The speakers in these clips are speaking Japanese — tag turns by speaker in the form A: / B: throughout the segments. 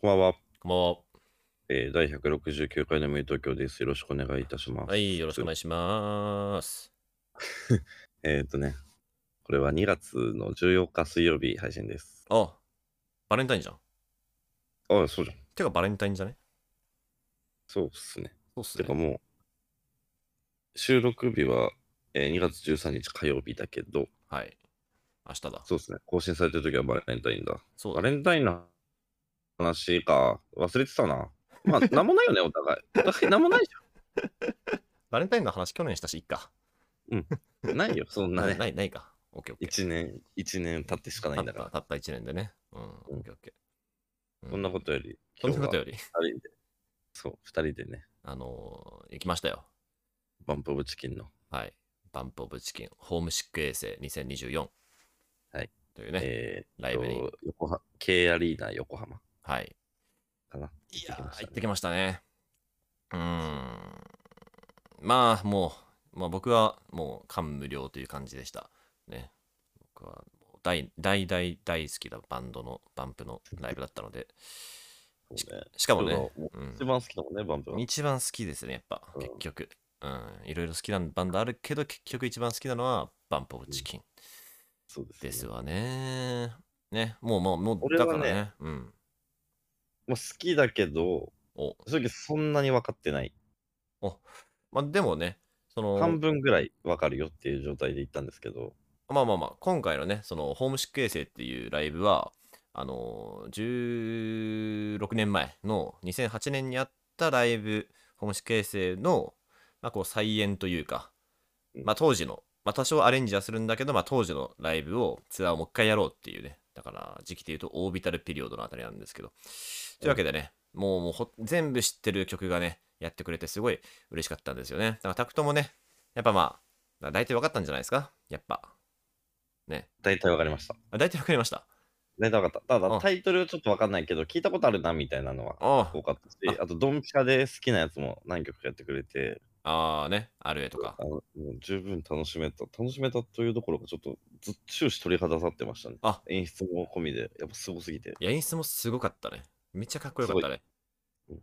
A: こんばんは。
B: こんばんは。
A: えー、第169回の無理東京です。よろしくお願いいたします。
B: はい、よろしくお願いします。
A: えっ、とね、これは2月の14日水曜日配信です。
B: あ、バレンタインじゃん。
A: ああ、そうじゃん。
B: てかバレンタインじゃね
A: そうっすね。
B: そうっす
A: てかもう、収録日は、えー2月13日火曜日だけど、
B: はい。明日だ。
A: そうですね。更新されてる時はバレンタインだ。
B: そう
A: バ
B: だ。
A: レンタインの話か。忘れてたな。 まあ、なんもないよね、お互い。お互いなんもないじ
B: バレンタインの話去年したし、いっか。
A: ゃん。ないよ、そんな
B: ない、
A: ね。
B: ない、ないか。オッケーオッケー。
A: 1年、1年経ってしかない
B: た
A: ん
B: っ
A: だ
B: た
A: か
B: たった1年でね。うん、オッケーオッケー。。
A: ら。そんなこととより、
B: そんな
A: 今日は
B: ことより、
A: 二人で。そう、二人でね、
B: あのー行きましたよ。
A: バンプ・オブ・チキンの、
B: はい。バンプオブチキン、ホームシック衛星2024。
A: はい。
B: というね、
A: えー
B: ライブに。
A: と横浜、K アリーナ横浜
B: はい。
A: かな。
B: い
A: 行ってき
B: や
A: ましたね
B: ー、行ってきましたね。うーん。まあ、もう、まあ、僕はもう感無量という感じでした。ね。僕はもう大、大、大、大好きなバンドの、バンプのライブだったので。
A: そうね。
B: しかも
A: そう
B: ね、
A: だ
B: う
A: 一
B: ん、
A: 番好きだもんね、バンプは。
B: 一番好きですね、やっぱ、
A: うん
B: 結局。うん、いろいろ好きなバンドあるけど、結局一番好きなのは、バンプオブチキン
A: そうです、ね。
B: ですわね。ね、もう、もう、もう、
A: 俺
B: だ
A: は
B: か
A: ね
B: らね、うん。
A: もう好きだけど、
B: お、
A: 正直そんなに分かってない。
B: まあ、でもね、その、
A: 半分ぐらい分かるよっていう状態で行ったんですけど、
B: まあまあまあ、今回のね、その、ホームシック衛星っていうライブは、あのー、16年前の2008年にあったライブ、ホームシック衛星の、まあこう、再演というか、まあ当時の、まあ多少アレンジはするんだけど、まあ当時のライブを、ツアーをもう一回やろうっていうね、だから時期で言うとオービタルピリオドのあたりなんですけど、というわけでね、もうもうほ全部知ってる曲がね、やってくれてすごい嬉しかったんですよね。だからタクトもね、やっぱまあ、大体分かったんじゃないですかやっぱ。
A: 大体分かりました。
B: あ大体わかりました。
A: 大体分かった。た
B: う
A: だ
B: ん
A: タイトルちょっと分かんないけど、聞いたことあるなみたいなのは
B: あ
A: 多かったし、あとドンピシャで好きなやつも何曲かやってくれて、
B: あーね、あるえとか
A: あ。のもう十分楽しめた。楽しめたというどころか、ちょっとずっ終始鳥肌立ってましたね。
B: あ
A: 演出も込みで、やっぱすごすぎて。
B: いや、演出もすごかったね。めっちゃかっこよかったね。
A: すごい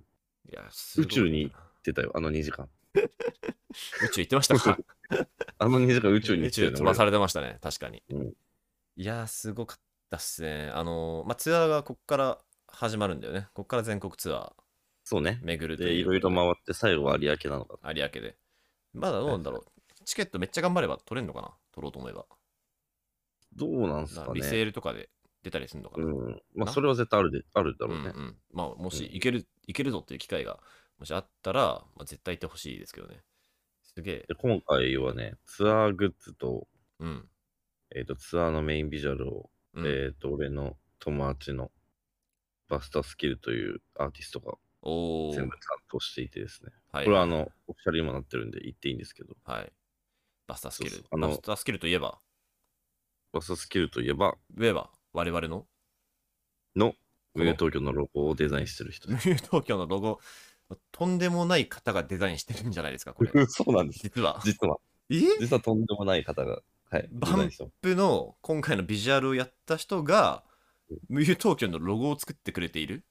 B: いや、すごかった
A: 宇宙に出たよ、あの2時間。
B: 宇宙行ってましたか
A: あの2時間 宇
B: 宇
A: 宙に
B: 宇宙飛ばされてましたね、確かに。
A: うん
B: いやー、すごかったっすね。あのー、まあ、ツアーがこっから始まるんだよね。こっから全国ツア
A: そうね
B: ー。巡ると
A: で、
B: い
A: いう
B: こ
A: ろ
B: と
A: いろ回って、最後は有明なのか。
B: 有明で。まだどうなんだろう。チケットめっちゃ頑張れば取れるのかな取ろうと思えば。
A: どうなんす
B: な
A: か
B: リセ
A: ね。
B: ールとかで出たりするのか
A: う
B: な、
A: ん。ま
B: な
A: あ、それは絶対あるで、あるだろうね
B: う。んうん、まあもし
A: うん
B: 行ける、行けるぞっていう機会がもしあったら、まあ、絶対行ってほしいですけどねすげえ
A: で、今回はね、ツアーグッズと、
B: うん、
A: えっと、ツアーのメインビジュアルを、
B: うん
A: えっと、俺の友達のバスタースキルというアーティストが
B: おお
A: 全部担当していてですね。
B: はい
A: これはあの、オフィシャルにもなってるんで言っていいんですけど、
B: はいバスタースキル
A: そうそうあの
B: バスタースキルといえば
A: バススキルといえば、
B: いえば我々の
A: の、
B: の
A: 無友東京のロゴをデザインしてる人
B: 無
A: で
B: 友東京のロゴとんでもない方がデザインしてるんじゃないですか これ
A: す。そうなんです。
B: 実は
A: 実は、
B: え
A: 実はとんでもない方が、はい、デ
B: バン
A: ザインしてます
B: ラップの今回のビジュアルをやった人が無友東京のロゴを作ってくれている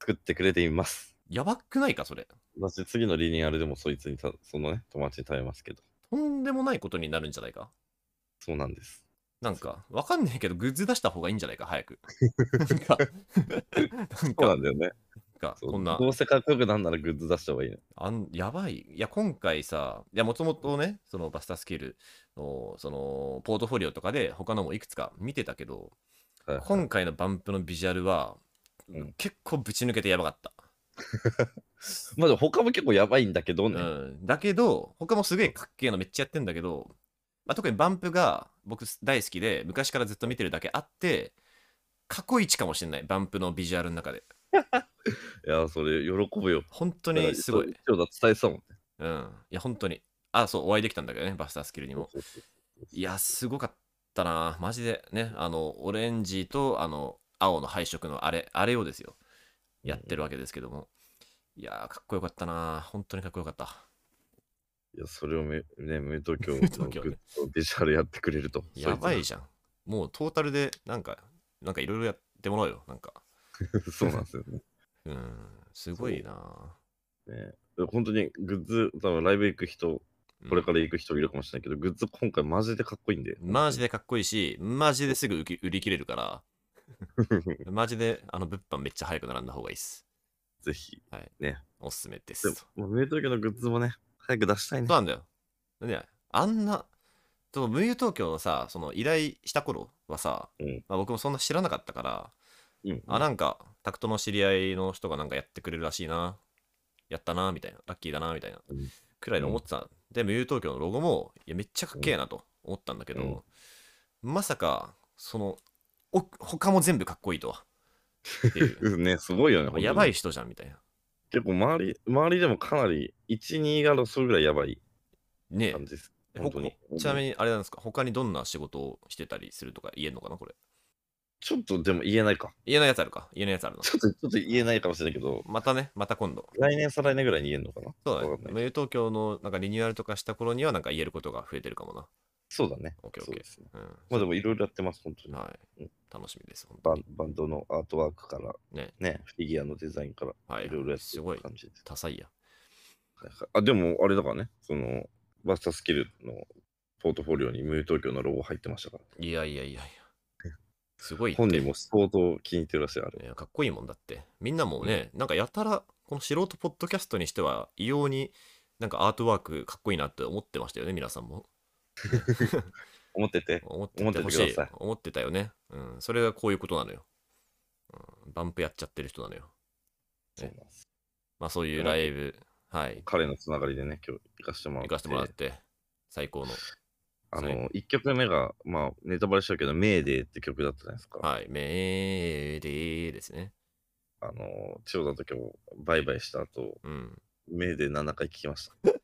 A: 作ってくれています。
B: やばくないかそれ
A: 私、次のリニューアルでもそいつにた、そのね、友達に食べますけど、
B: とんでもないことになるんじゃないか
A: そうなんです。
B: なんか、わかんないけど、グッズ出した方がいいんじゃないか、早く。なんか、なん
A: そうな
B: か
A: んだよね。そう
B: こんな
A: ど、うせかっこよくなんならグッズ出した方がいいね。
B: あんやばい。いや、今回さ、いや、もともとね、そのバスタースキルの、その、ポートフォリオとかで、他のもいくつか見てたけど、
A: はい
B: 今回のバンプのビジュアルは、
A: うん
B: 結構ぶち抜けてやばかった。
A: まあ、でも他も結構やばいんだけどね。
B: うん、だけど他もすげえかっけえのめっちゃやってんだけど、まあ、特にバンプが僕大好きで昔からずっと見てるだけあって過去一かもしれないバンプのビジュアルの中で
A: いや、それ、喜ぶよ。
B: 本当にすごい
A: だ、から。今日だ伝えてたもんね。
B: うん、いや本当にあそうお会いできたんだけどねバスタースキルにも
A: そうそうそう
B: いやすごかったなマジでねあのオレンジとあの青の配色のあれあれをですよやってるわけですけども、いやーかっこよかったな本当にかっこよかった
A: いや、それをめ、ね、無東京のグ
B: 無東京ね
A: ッズをビジュアルやってくれると。
B: やば
A: そ
B: い
A: つ
B: じゃん。もうトータルで、なんか、なんかいろいろやってもらおうよ。なんか、
A: そうなんですよね。
B: うん、すごいな。
A: ね本当にグッズ、多分ライブ行く人、
B: うん
A: これから行く人いるかもしれないけど、グッズ今回マジでかっこいいんで。
B: マジでかっこいいし、マジですぐ売り売り切れるから、 マジであの物販めっちゃ早く並んだ方がいいっす。
A: ぜひ。
B: おすすめです
A: で。も、もうメイトーキョのグッズもね、早く出したいね
B: そう。なんだよ。ね、あんな、でも、ムーユ東京のさ、その依頼した頃はさ、
A: うん
B: まあ、僕もそんな知らなかったから、
A: うん
B: あ、なんか、タクトの知り合いの人がなんかやってくれるらしいな、やったな、みたいな、ラッキーだな、みたいな
A: うん、
B: くらいで思ってた。で、ムーユ東京のロゴも、いや、めっちゃかっけえなと思ったんだけど、まさか、その、お他も全部かっこいいとは。って いう
A: うんね、すごいよね。本当に
B: やばい。人じゃんみたいな。
A: 結構周り、周りでもかなり、1、2が争うぐらいやばい
B: ねえ
A: 感じです。
B: え
A: 本当に
B: ほこちなみにあれなんですか他にどんな仕事をしてたりするとか言えんのかなこれ
A: ちょっとでも言えないか。
B: 言えないやつあるか言えないやつあるの
A: ちょっと、ちょっと言えないかもしれないけど、
B: またねまた今度
A: 来年、再来年ぐらいに言えるのかな
B: そうだ
A: わか
B: ね
A: んない
B: 無友東京のなんかリニューアルとかした頃にはなんか言えることが増えてるかもな
A: そうだね。
B: オッケーオ
A: そ
B: ッケー
A: うですね。
B: うん
A: まあでもいろいろやってます、本当に。
B: はい、
A: うん
B: 楽しみです本当
A: バ
B: に
A: ンバンドのアートワークから、
B: ね
A: フィギュアのデザインから、
B: はいい
A: ろいろやって
B: す
A: る
B: ごい
A: 感じです。
B: 多彩や
A: あ、でもあれだからね、その、バスタースキルのポートフォリオにムー東京のロゴ入ってましたから、
B: いやいやいやいや すごいって
A: 本人も相当気に入ってるらしい、あれ。
B: いやかっこいいもんだってみんなもね、なんかやたらこの素人ポッドキャストにしては異様になんかアートワークかっこいいなって思ってましたよね皆さんも
A: 思ってて、
B: 思っててほし
A: 思ってて
B: い
A: ください
B: 思ってたよねうんそれがこういうことなのよ、うん、バンプやっちゃってる人なのよ
A: そうなんです。
B: まあそういうライブはい
A: 彼のつながりでね、今日行かせてもらっ
B: 行
A: て。
B: かせてもらって最高の
A: あ
B: はい
A: の、1曲目が、まあ、ネタバレしちゃうけど、メーデーって曲だったじゃないですか。
B: はいめーでーですね
A: あの、千代田と今日、バイバイした後、
B: うん
A: メーデー7回聞きました。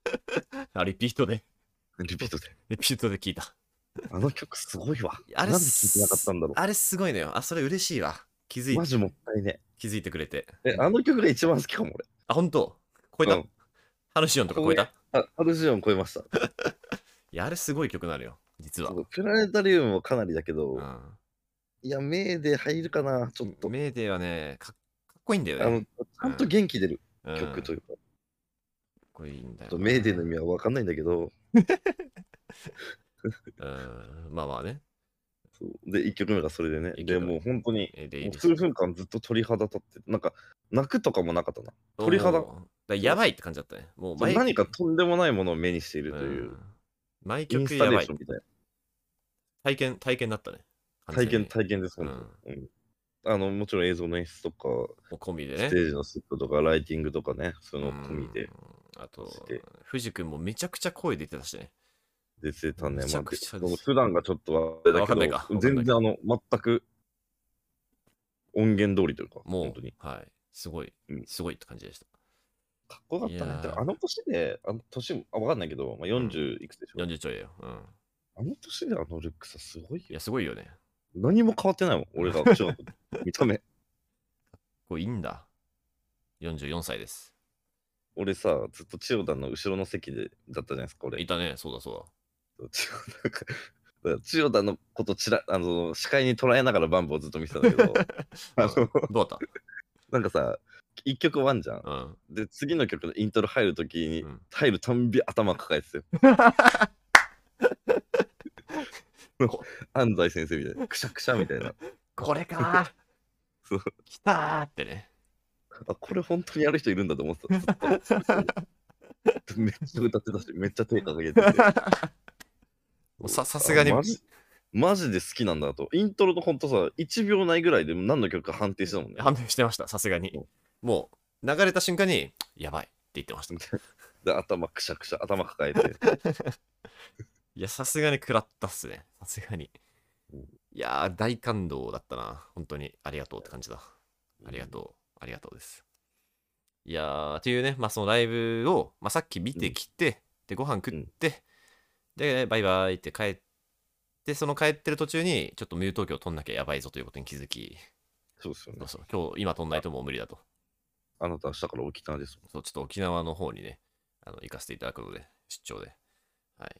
B: あリピートで
A: リピートで。
B: リピートで聞いた
A: あの曲すごいわ。
B: あれ
A: なんで聞いてなかったんだろ
B: あれすごいのよあそれ嬉しいわ気づ
A: う。マ
B: い
A: ジもったいね。
B: 気づいてくれて
A: え、あの曲が一番好きかも、俺。
B: あ本当超えた、
A: うん
B: ハルシオンとか超えたい
A: あ、ハルシオン超えました。
B: やあれすごい曲なのよ実は
A: そうプラネタリウムもかなりだけど、
B: うん
A: いや、目で入るかな、ちょっと。
B: メーデーはねかかっこいいんだよ
A: あの、
B: ね
A: ちゃんと元気出る
B: うん
A: 曲というか、ち
B: かっこいいん
A: ょっ
B: だよ
A: と
B: な。
A: メーデーの意味は分かんないんだけど、
B: うん、まあまあね。
A: そうで、1曲目がそれでね。
B: 一
A: で
B: 曲目
A: もう本当に、
B: えで
A: もう数分間ずっと鳥肌立って、なんか、泣くとかもなかったな。鳥肌
B: おーだからやばいって感じだったね。もう
A: そう何かとんでもないものを目にしているという、
B: ん毎
A: イン
B: 曲
A: スタ
B: や
A: レ
B: ば
A: ー
B: い
A: ショ。ンみたい
B: 体験、体験だったね。
A: な。体験、
B: 完全
A: 体験です、
B: に
A: 本当に。うんあのもちろん映像の演出とか、
B: うん、込みで
A: ス
B: ね
A: テ。ージのセットとか、ライティングとかね、その込みで
B: うん。あと
A: して、
B: 藤君もめちゃくちゃ声出てたしね。
A: 出てたね。
B: めち
A: ま
B: ゃ
A: あ、
B: く
A: で
B: ちゃ
A: でも
B: です
A: 普段がちょっとあれだ
B: わか
A: けど、
B: んないかわかんない
A: 全然あの、全く音源通りというか、
B: もう
A: 本当に、
B: はい。すごい
A: うん、
B: すごいって感じでした。
A: かっこよかった
B: いや
A: ね
B: ー
A: てか。あの年で、あの年も、あ、わかんないけど、まあ、40いくつでしょ、
B: 40ちょいだよ。うん。
A: あの年であのルックスはすごい
B: い
A: よ。
B: や、すごいよね。かっ
A: 何も変わってないもん、俺が中学 の時見た目。
B: これいいんだ。44歳です。
A: 俺さ、ずっと千代田の後ろの席でだったじゃないですか、俺。
B: いたね、そうだそうだ。
A: 千代田がだから千代田のことちらあの視界に捉えながらバンブをずっと見てたんだ けどあの
B: どうだっ
A: なんかさ一曲終わんじゃん
B: たうん。
A: で次の曲のイントロ入るときに、
B: うん
A: 入るたんび頭抱えてたよ 安西先生みたいなくしゃくしゃみたいな
B: これか
A: そう
B: 来たーってね。
A: あこれ本当にやる人いるんだと思 ってたずっとめっちゃ歌ってたしめっちゃ手掲げてて
B: もうささすがに
A: あマジマジで好きなんだとイントロとほんとさ1秒ないぐらいで何の曲か判定したもんね
B: 判明してました、さすがに。もう、流れた瞬間に、やばいって言ってました。い
A: で頭くしゃくしゃ頭抱えて
B: や、さすがに食らったっすね。さすがに
A: うん。
B: いやー、大感動だったな。本当に、ありがとうって感じだ。ありがとう、ありがとうです。いやー、っていうね、まあ、そのライブを、まあ、さっき見てきて、で、ご飯食って、で、バイバイって帰って、その帰ってる途中に、ちょっとミュー東京取んなきゃやばいぞということに気づき、
A: そうですよ
B: そ
A: ね
B: うそう今日、今飛んないともう無理だと。
A: あなた明日から沖縄ですもん
B: そう、ちょっと沖縄の方にね、あの行かせていただくので、出張で。はい。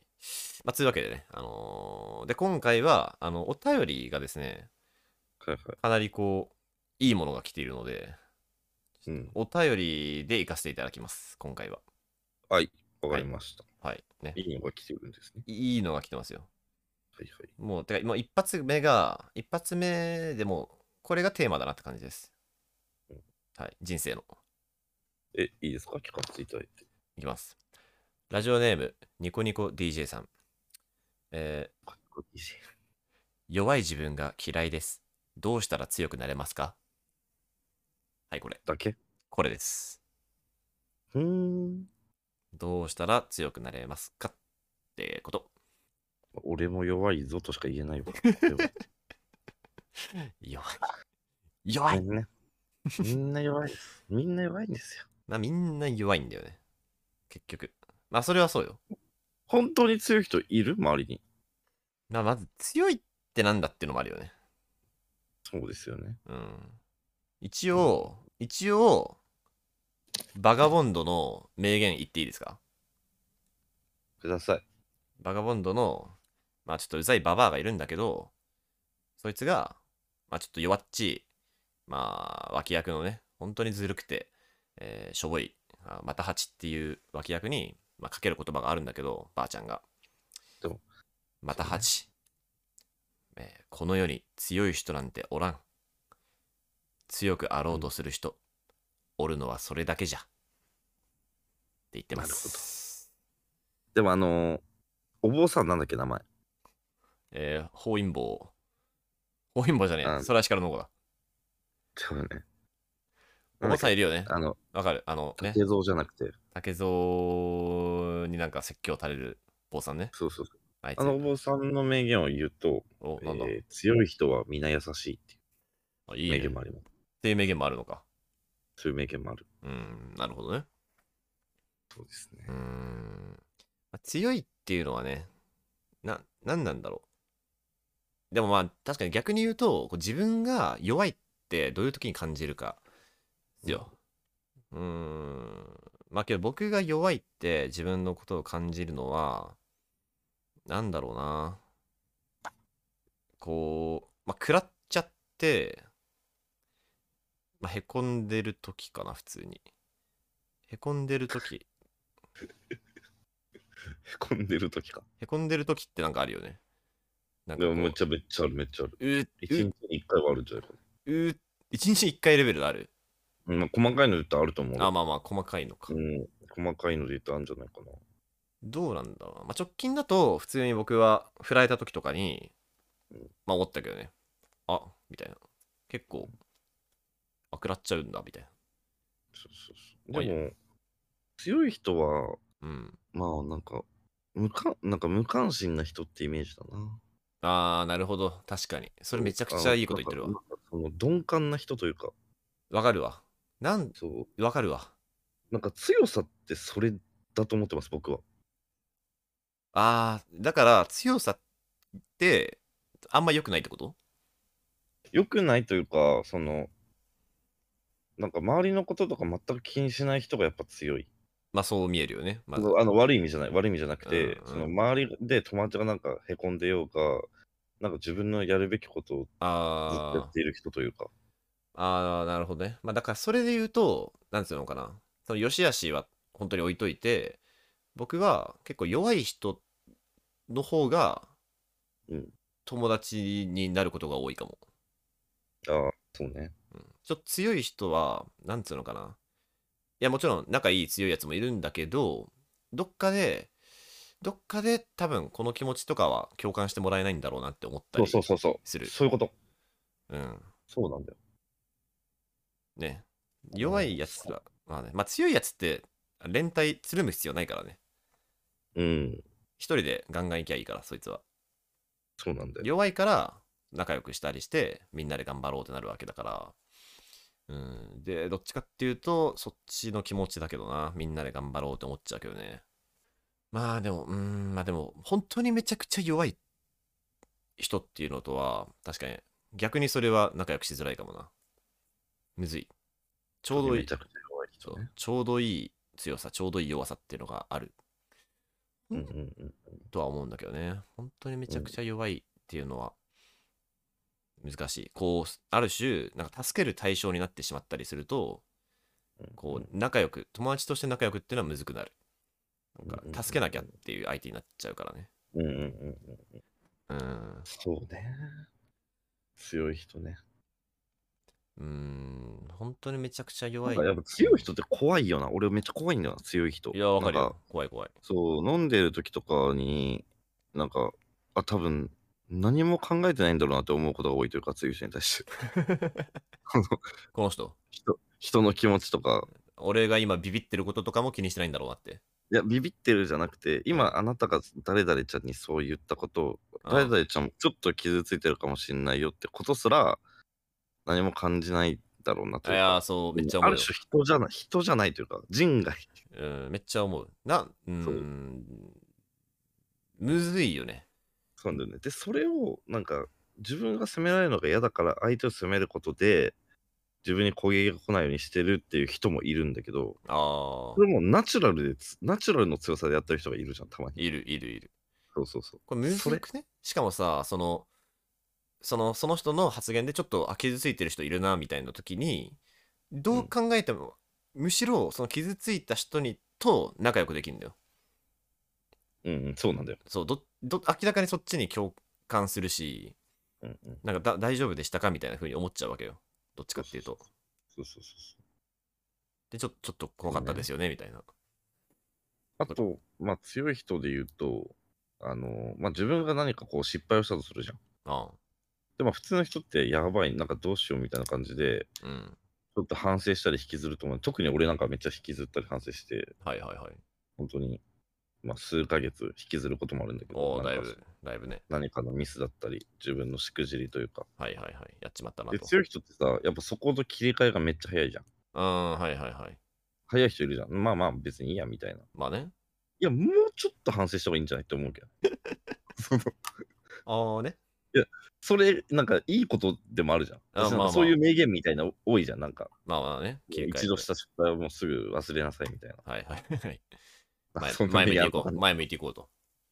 B: まあ、というわけでね、あのーで、今回は、あの、お便りがですね、
A: はいはい
B: かなりこう、いいものが来ているので、
A: うん。
B: お便りで行かせていただきます、今回は。
A: はい、わかりました。
B: はい。ね。
A: いいのが来てるんですね。
B: いいのが来てますよ。
A: はいはい。
B: もう、てか、もう一発目が、一発目でもう、これがテーマだなって感じです
A: うん。
B: はい。人生の。
A: え、いいですか聞かせていただいて。
B: いきます。ラジオネーム、ニコニコ DJ さん。えー、
A: かっこいいし
B: 弱い自分が嫌いです。どうしたら強くなれますかはい、これ。
A: だけ
B: これです。
A: うーん。
B: どうしたら強くなれますかってこと。
A: 俺も弱いぞとしか言え ないわ。これは
B: 弱い。弱い
A: みんな、みんな弱いです。みんな弱いんですよ。
B: なみんな弱いんだよね。結局。まあ、それはそうよ。
A: 本当に強い人いる周りに。
B: まあ、まず強いってなんだっていうのもあるよね。
A: そうですよね。
B: うん。一応、一応、バガボンドの名言言っていいですか
A: ください。
B: バガボンドの、まあちょっとうざいババアがいるんだけど、そいつが、まあちょっと弱っちい、まあ脇役のね、本当にずるくて、えーしょぼい、あまた蜂っていう脇役に、まあ、かける言葉があるんだけど、ばあちゃんが。
A: でも
B: また蜂、えーこの世に強い人なんておらん。強くあろうとする人、おるのはそれだけじゃ。って言ってま
A: なるほど
B: す。
A: でもあのーお坊さんなんだっけ、名前。
B: えー、包陰棒。包陰棒じゃね
A: う
B: え。
A: ん
B: それは光の子だ。
A: 多分ね。
B: お坊さんいるよね。
A: あの、
B: わかる。あのね、
A: 竹蔵じゃなくて、
B: 竹蔵になんか説教垂れる坊さんね。
A: そうそうそう。
B: あいつ。
A: あのお坊さんの名言を言うと、
B: お、
A: え
B: なんだ。
A: ー強い人は皆優しいって
B: あい
A: い
B: いうね。
A: 名
B: っ
A: 言もあります。
B: ていう名言もあるのか。
A: そういう名言もある。
B: うん、なるほどね。
A: そうですね
B: うー。ん。まあ強いっていうのはね、な、なんなんだろう。でもまあ、確かに逆に言うと、こう自分が弱いってどういう時に感じるか、ですよ。うーん。まあけど僕が弱いって自分のことを感じるのは、なんだろうな。こう、まあ、食らっちゃって、まあ、へこんでる時かな、普通に。へこんでる時。
A: へこんでる時か。
B: へこんでる時ってなんかあるよね。なんか
A: で
B: こ
A: も
B: う
A: めっちゃめっちゃある、めっちゃある。
B: うー
A: 一日に一回はあるんじゃないかな
B: うー一日一回レベルある。
A: うんまあ、細かいので言ったらあると思う。
B: あ、まあまあ、細かいのか
A: う。ん、細かいので言ったらあるんじゃないかな。
B: どうなんだろうな。まあ、直近だと、普通に僕は振られた時とかに
A: うん、
B: まあ思ったけどね。あ、みたいな。結構、あ、食らっちゃうんだ、みたい
A: そうそう
B: ま
A: そ
B: あ
A: う。
B: いい
A: で
B: や
A: も、強い人は、
B: な。うん。
A: まあなんか、無関なんか無関心な人ってイメージだな。
B: あー、なるほど。確かに。それめちゃくちゃいいこと言ってるわ
A: なん。かなんかその鈍感な人というか、
B: わかるわ。なん、
A: そう、
B: わかるわ。
A: なんか強さってそれだと思ってます、僕は。
B: あー、だから、強さって、あんま良くないってこと
A: 良くないというか、その、なんか周りのこととか全く気にしない人がやっぱ強い。
B: まあ、そう見えるよね。まず
A: あの悪い意味じゃない、悪い意味じゃなく
B: うん
A: て、
B: うん
A: その周りで友達がなんかへこんでようか、なんか自分のやるべきことをずっとや
B: あ
A: っている人というか、
B: あ、ああ、なるほどね。まあだからそれで言うと、なんつうのかな。その良し悪しは本当に置いといて、僕は結構弱い人の方が
A: うん
B: 友達になることが多いかも。
A: ああ、そうね。
B: うん、ちょっと強い人は、なんつうのかな。いや、もちろん仲いい強いやつもいるんだけど、どっかで、どっかで多分この気持ちとかは共感してもらえないんだろうなって思った
A: そう
B: り
A: そうそうそう。
B: する。
A: そういうこと。
B: うん。
A: そうなんだよ。
B: ね弱いやつら、まあね、まあ強いやつって連帯つるむ必要ないからね。
A: うん、
B: 一人でガンガン行きゃいいから、そいつは。
A: そうなんだよ。
B: 弱いから仲良くしたりして、みんなで頑張ろうってなるわけだから。うん。で、どっちかっていうと、そっちの気持ちだけどな。みんなで頑張ろうって思っちゃうけどね。まあでも、うーん、まあでも、本当にめちゃくちゃ弱い人っていうのとは、確かに、逆にそれは仲良くしづらいかもな。むずい。ちょうどい
A: め
B: い
A: ち。ゃくちゃ弱い人
B: そう
A: ね。
B: ちょうどいい強さ、ちょうどいい弱さっていうのがある
A: う
B: うんん
A: うんうん。
B: とは思うんだけどね。本当にめちゃくちゃ弱いっていうのは、難しいこうある種なんか助ける対象になってしまったりするとこう仲良く友達として仲良くっていうのはむずくなるなんか助けなきゃっていう相手になっちゃうからね
A: うんうんうん。
B: うん
A: そうね。強い人ね。
B: うん本当にめちゃくちゃ弱
A: ないんかやっぱ強い人って怖いよな。俺めっちゃ怖いんだよな、強い人。
B: いやわかる
A: なん
B: よ怖い怖い
A: そう、飲んでる時とかに、なんか、あ、多分、何も考えてないんだろうなって思うことが多いというか、強い人に対 して。あの
B: この人
A: 人人の気持ちとか、
B: 俺が今ビビってることとかも気にしてないんだろうなって
A: いや、ビビってるじゃなくて、今、あなたが誰々ちゃんにそう言ったことを、
B: うん
A: 誰々ちゃんもちょっと傷ついてるかもしれないよってことすら、何も感じないだろうなと
B: い
A: いう
B: やー
A: か。
B: そうめっちゃ
A: あ
B: 思う
A: る
B: よ
A: 種人じゃない、人じゃないというか、人外。
B: うんめっちゃ思うなう
A: そうん
B: むずいよね
A: そうなんだよね。で、それを、なんか、自分が責められるのが嫌だから、相手を責めることで、自分に攻撃が来ないようにしてるっていう人もいるんだけど、
B: あ
A: そ
B: あ
A: れもナチュラルでつ、ナチュラルの強さでやってる人がいるじゃん、たまに。
B: いるいるいる
A: そうそうそう。
B: これむずくねしかもさそのそのその人の発言でちょっとあ傷ついてる人いるなみたいな時にどう考えても、むしろその傷ついた人にと仲良くできるんだよ
A: うん、うん、そうなんだよ。
B: そうどど明らかにそっちに共感するし
A: うん、うん。
B: なんかだ大丈夫でしたかみたいな風に思っちゃうわけよどっちかっていうと
A: そうそうそうそう。
B: でちょちょっと怖かったですよねみたいな
A: あと、まあ、強い人で言うと、あの、まあ、自分が何かこう失敗をしたとするじゃん。
B: あ
A: でも普通の人ってやばい、なんかどうしようみたいな感じで、
B: あうん
A: ちょっと反省したり引きずると思う。特に俺なんかめっちゃ引きずったり反省して、
B: はいはいはい
A: 本当に、まあ、数ヶ月引きずることもあるんだけど、
B: おお
A: な
B: だ
A: ん
B: い
A: か
B: ぶだいぶね
A: 何かのミスだったり、自分のしくじりというか。
B: はいはいはいやっちまったなと
A: で、強い人ってさ、やっぱそこの切り替えがめっちゃ早いじゃん。
B: うんはいはいはい
A: 早い人いるじゃん。まあまあ、別にいいや、みたいな。い
B: まあね
A: や、もうちょっと反省した方がいいんじゃないって思うけど。その
B: ああね
A: それ、なんか、いいことでもあるじゃん。
B: あ
A: 私なん
B: まあま
A: か
B: あ
A: そういう名言みたいなの多いじゃん。なんか、
B: まあまあね切り替えて
A: 一度した失敗をもうすぐ忘れなさいみたいな。
B: はいはいはい。前
A: そんな
B: 前
A: 目
B: 向い
A: に
B: て
A: あ
B: い
A: んの
B: こ
A: か
B: う。
A: な
B: 前向いていこうと。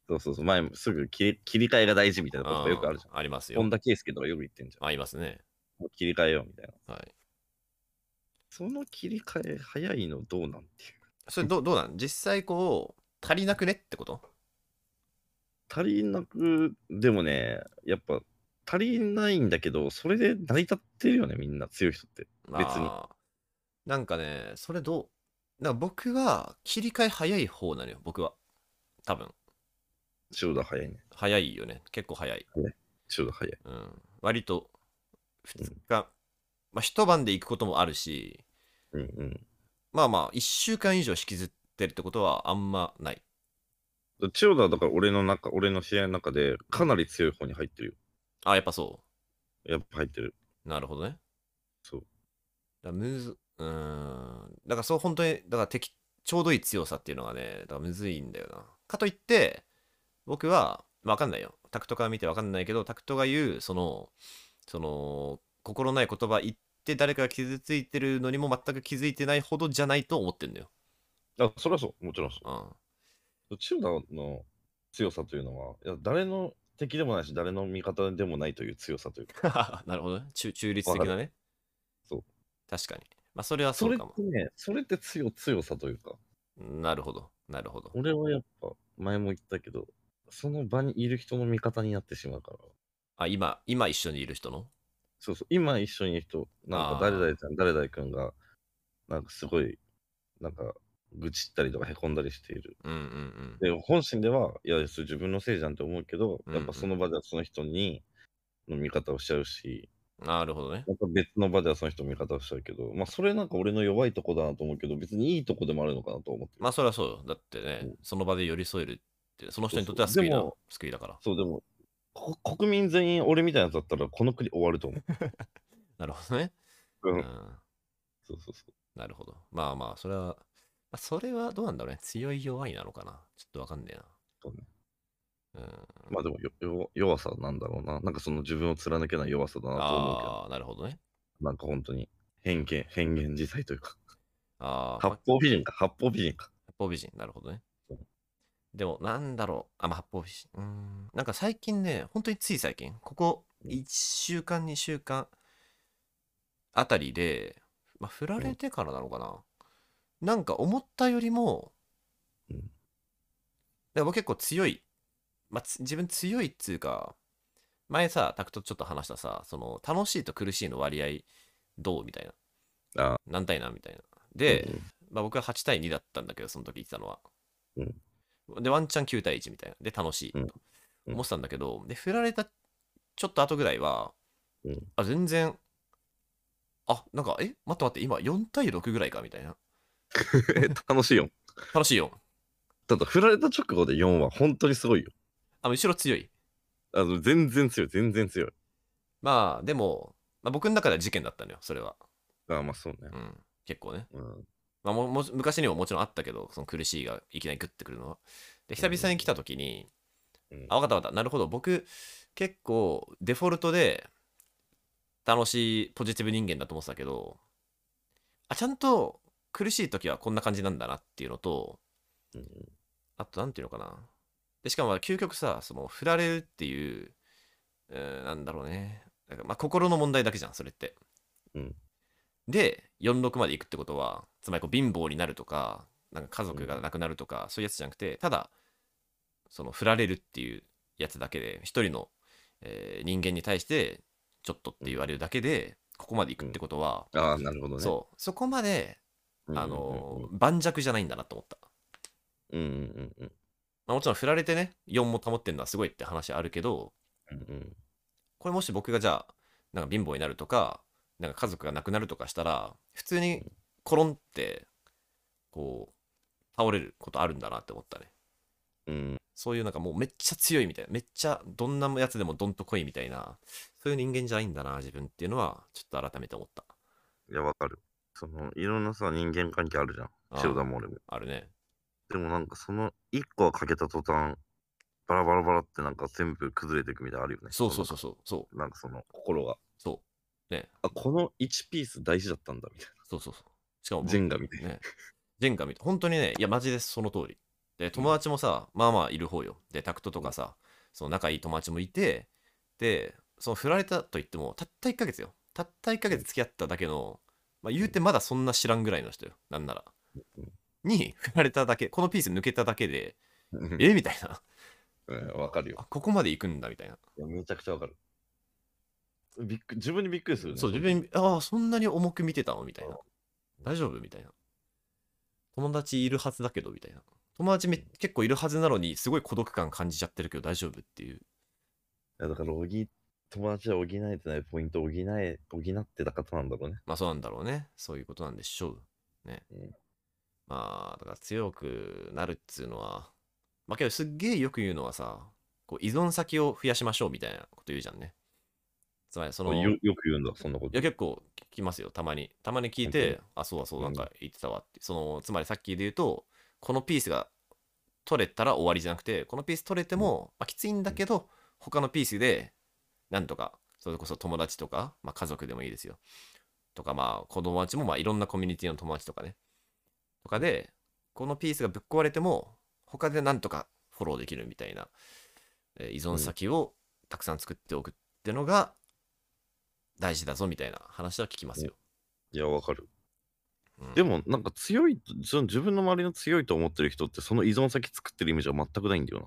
A: そうそうそう、前、すぐ切り切り替えが大事みたいなことがよくあるじゃん。
B: うんありますよ
A: 本。田圭佑とかよく言ってんじゃん。
B: ありますね。
A: もう切り替えようみたいな。
B: はい。
A: その切り替え早いのどうなんていう。
B: それどうどうなん実際こう、足りなくねってこと
A: 足りなく、でもね、やっぱ足りないんだけど、それで成り立ってるよね、みんな、強い人って。別に
B: あーなんかね、それどうなんか僕は切り替え早い方なのよ、僕は。多分。
A: 塩田早いね。
B: 早いよね。結構早い。
A: 塩田早い。
B: うん。割と、2日、まあ一晩で行くこともあるし、
A: うんうん。
B: まあまあ、1週間以上引きずってるってことはあんまない。
A: 千代田はだから俺の中、俺の試合の中でかなり強い方に入ってる
B: あ、やっぱそ
A: よ。やっぱ入ってる。
B: う。なるほどね。
A: そう。
B: だからむずうーんだからそう本当にだから適ちょうどいい強さっていうのがねだからむずいんだよなかといって僕はわかんないよタクトから見てわかんないけどタクトが言うそのその心ない言葉言って誰かが傷ついてるのにも全く気づいてないほどじゃないと思ってんだよ、
A: あ、それはそう。もちろんそ
B: うん、
A: う。千代田の強さというのは、いや誰の敵でもないし、誰の味方でもないという強さというか。
B: なるほどね中中立的なね
A: そう
B: 確かにまあそれは
A: そ
B: そ
A: れ
B: う
A: っ
B: かも
A: てね、それって強強さというか。
B: なるほどなるほど
A: 俺はやっぱ、前も言ったけど、その場にいる人の味方になってしまうから。
B: あ今今一緒にいる人の
A: そうそう、今一緒にいる人、なんか
B: あー
A: 誰々ちゃん、誰々くんが、なんかすごい、なんか、愚痴ったりとかへこんだりしている。
B: うんうんうん
A: で、本心では、いや、それ自分のせいじゃんって思うけど、
B: うんうん
A: やっぱその場ではその人に、の見方をしちゃうし、
B: なるほどね
A: また別の場ではその人の見方をしちゃうけど、まあそれなんか俺の弱いとこだなと思うけど、別にいいとこでもあるのかなと思ってる。
B: まあそれはそうよ。だってね、
A: うん
B: その場で寄り添えるって、その人にとっては
A: そうそう
B: 救い
A: で
B: だ
A: も、
B: 救いだから。
A: そう、でも、こ国民全員俺みたいなやつだったら、この国終わると思
B: なるほどね。
A: う。う
B: うんん。。
A: そうそうそう。
B: なるほど。まあまあ、それは、まあ、それはどうなんだろうね。強い弱いなのかな。ちょっとわかんねえな。
A: そうね
B: うん。
A: まあでもよよ弱さなんだろうな。なんかその自分を貫けない弱さだなと思うけど。
B: ああ、なるほどね。
A: なんか本当に偏見、偏見自体というか、
B: ああ、
A: 八方美人か、八方美人か。
B: 八方美人。なるほどね
A: そう。
B: でも、なんだろう。あ、まあ、八方美人。うーん。なんか最近ね、本当につい最近、ここ
A: うん
B: 1週間2週間あたりで、まあ、振られてからなのかな、なんか思ったよりも、
A: うん
B: だから僕結構強い、まあ、つ自分強いっつうか前さタクトちょっと話したさその楽しいと苦しいの割合どうみたいな
A: あ
B: 何対何みたいなで、
A: うん
B: まあ、僕は8対2だったんだけどその時言ってたのは、
A: うん
B: でワンチャン9対1みたいなで楽しいと
A: うんうん
B: 思ってたんだけど、で振られたちょっと後ぐらいは、
A: うん
B: あ全然あなんかえ待って待って今4対6ぐらいかみたいな
A: 楽しいよ。
B: 楽しいよ
A: ただ、振られた直後で4は本当にすごいよ。
B: あ後ろ強い
A: あの全然強い、全然強い。
B: まあでも、まあ、僕の中では事件だったのよそれは、
A: あーまあそうね。
B: うん、結構ね
A: うん。
B: まあ、もも昔にももちろんあったけどその苦しいがいきなりグッてくるのはで久々に来た時に、
A: うん
B: あ分かった分かったなるほど僕結構デフォルトで楽しいポジティブ人間だと思ってたけどあちゃんと苦しい時はこんな感じなんだなっていうのと
A: うん
B: あと何ていうのかなでしかも究極さその振られるっていう、うん、なんだろうねだからまあ心の問題だけじゃんそれって、
A: うん
B: で46まで行くってことはつまりこう貧乏になるとかなんか家族が亡くなるとか、そういうやつじゃなくてただその振られるっていうやつだけで一人の、えー人間に対してちょっとって言われるだけで、ここまで行くってことは、
A: ああ、なるほどね。
B: そうそこまで
A: うんうんうんうん
B: あの盤石じゃないんだなと思った、
A: うんうんうん
B: まあ、もちろん振られてね4も保ってるのはすごいって話あるけど
A: うんうん。
B: これもし僕がじゃあなんか貧乏になるとかなんか家族が亡くなるとかしたら普通にコロンってこう倒れることあるんだなって思ったね
A: うん
B: そういうなんかもうめっちゃ強いみたいなめっちゃどんなやつでもどんと来いみたいなそういう人間じゃないんだな自分っていうのはちょっと改めて思った
A: いや、わかる。その、いろんなさ、人間関係あるじゃん。
B: ああ
A: 千代田も俺も。
B: あるね
A: でもなんか、その1個はかけた途端、バラバラバラってなんか全部崩れていくみたいなのあるよね。
B: そうそうそうそうそう
A: う。なんかその心が、
B: そうね
A: あ、この1ピース大事だったんだみたい
B: そうそうそうしかも
A: な。
B: 僕
A: ジェンガみ たいな。
B: ね、ジェンガみたい本当にね、いや、マジでその通り。で、友達もさ、まあまあいる方よ。で、タクトとかさ、その仲いい友達もいて、で、その振られたと言っても、たった1ヶ月よ。たった1ヶ月付き合っただけの、まあ、言うてまだそんな知らんぐらいの人よ。なんなら
A: うん。
B: に、振られただけ、このピース抜けただけで、
A: うん
B: えみたいな。
A: うんわかるよ。
B: あここまで行くんだ、みたいな。
A: いやめちゃくちゃわかる。びっく自分にびっくりするね。
B: そう、自分に、ああ、そんなに重く見てたのみたいな
A: う。
B: 大丈夫みたいな。友達いるはずだけど、みたいな。友達め結構いるはずなのに、すごい孤独感感じちゃってるけど大丈夫っていう。
A: いやだから、補い友達は補えてないポイントを補え、補ってた方なんだろうね。
B: まあそうなんだろうね。そういうことなんでしょう。ね
A: うん。
B: まあ、だから強くなるっつうのは、まあけどすっげえよく言うのはさ、こう依存先を増やしましょうみたいなこと言うじゃんね。つまりその、
A: よよく言うんだ、そんなこ
B: い
A: と。
B: や結構聞きますよたまにたまに聞いてあそうだそうだ
A: う
B: なん
A: ん
B: か言ってたわって、そのつまりさっきで言うとこのピースが取れたら終わりじゃなくてこのピース取れても、まあ、きついんだけど他のピースでなんとかそれこそ友達とか、まあ、家族でもいいですよとかまあ子供たちもまあいろんなコミュニティの友達とかねとかでこのピースがぶっ壊れても他でなんとかフォローできるみたいな、えー依存先をたくさん作っておくってのが大事だぞみたいな話は聞きますよ。
A: いや、わかる。
B: うん
A: でもなんか強いその自分の周りの強いと思ってる人ってその依存先作ってるイメージは全くないんだよ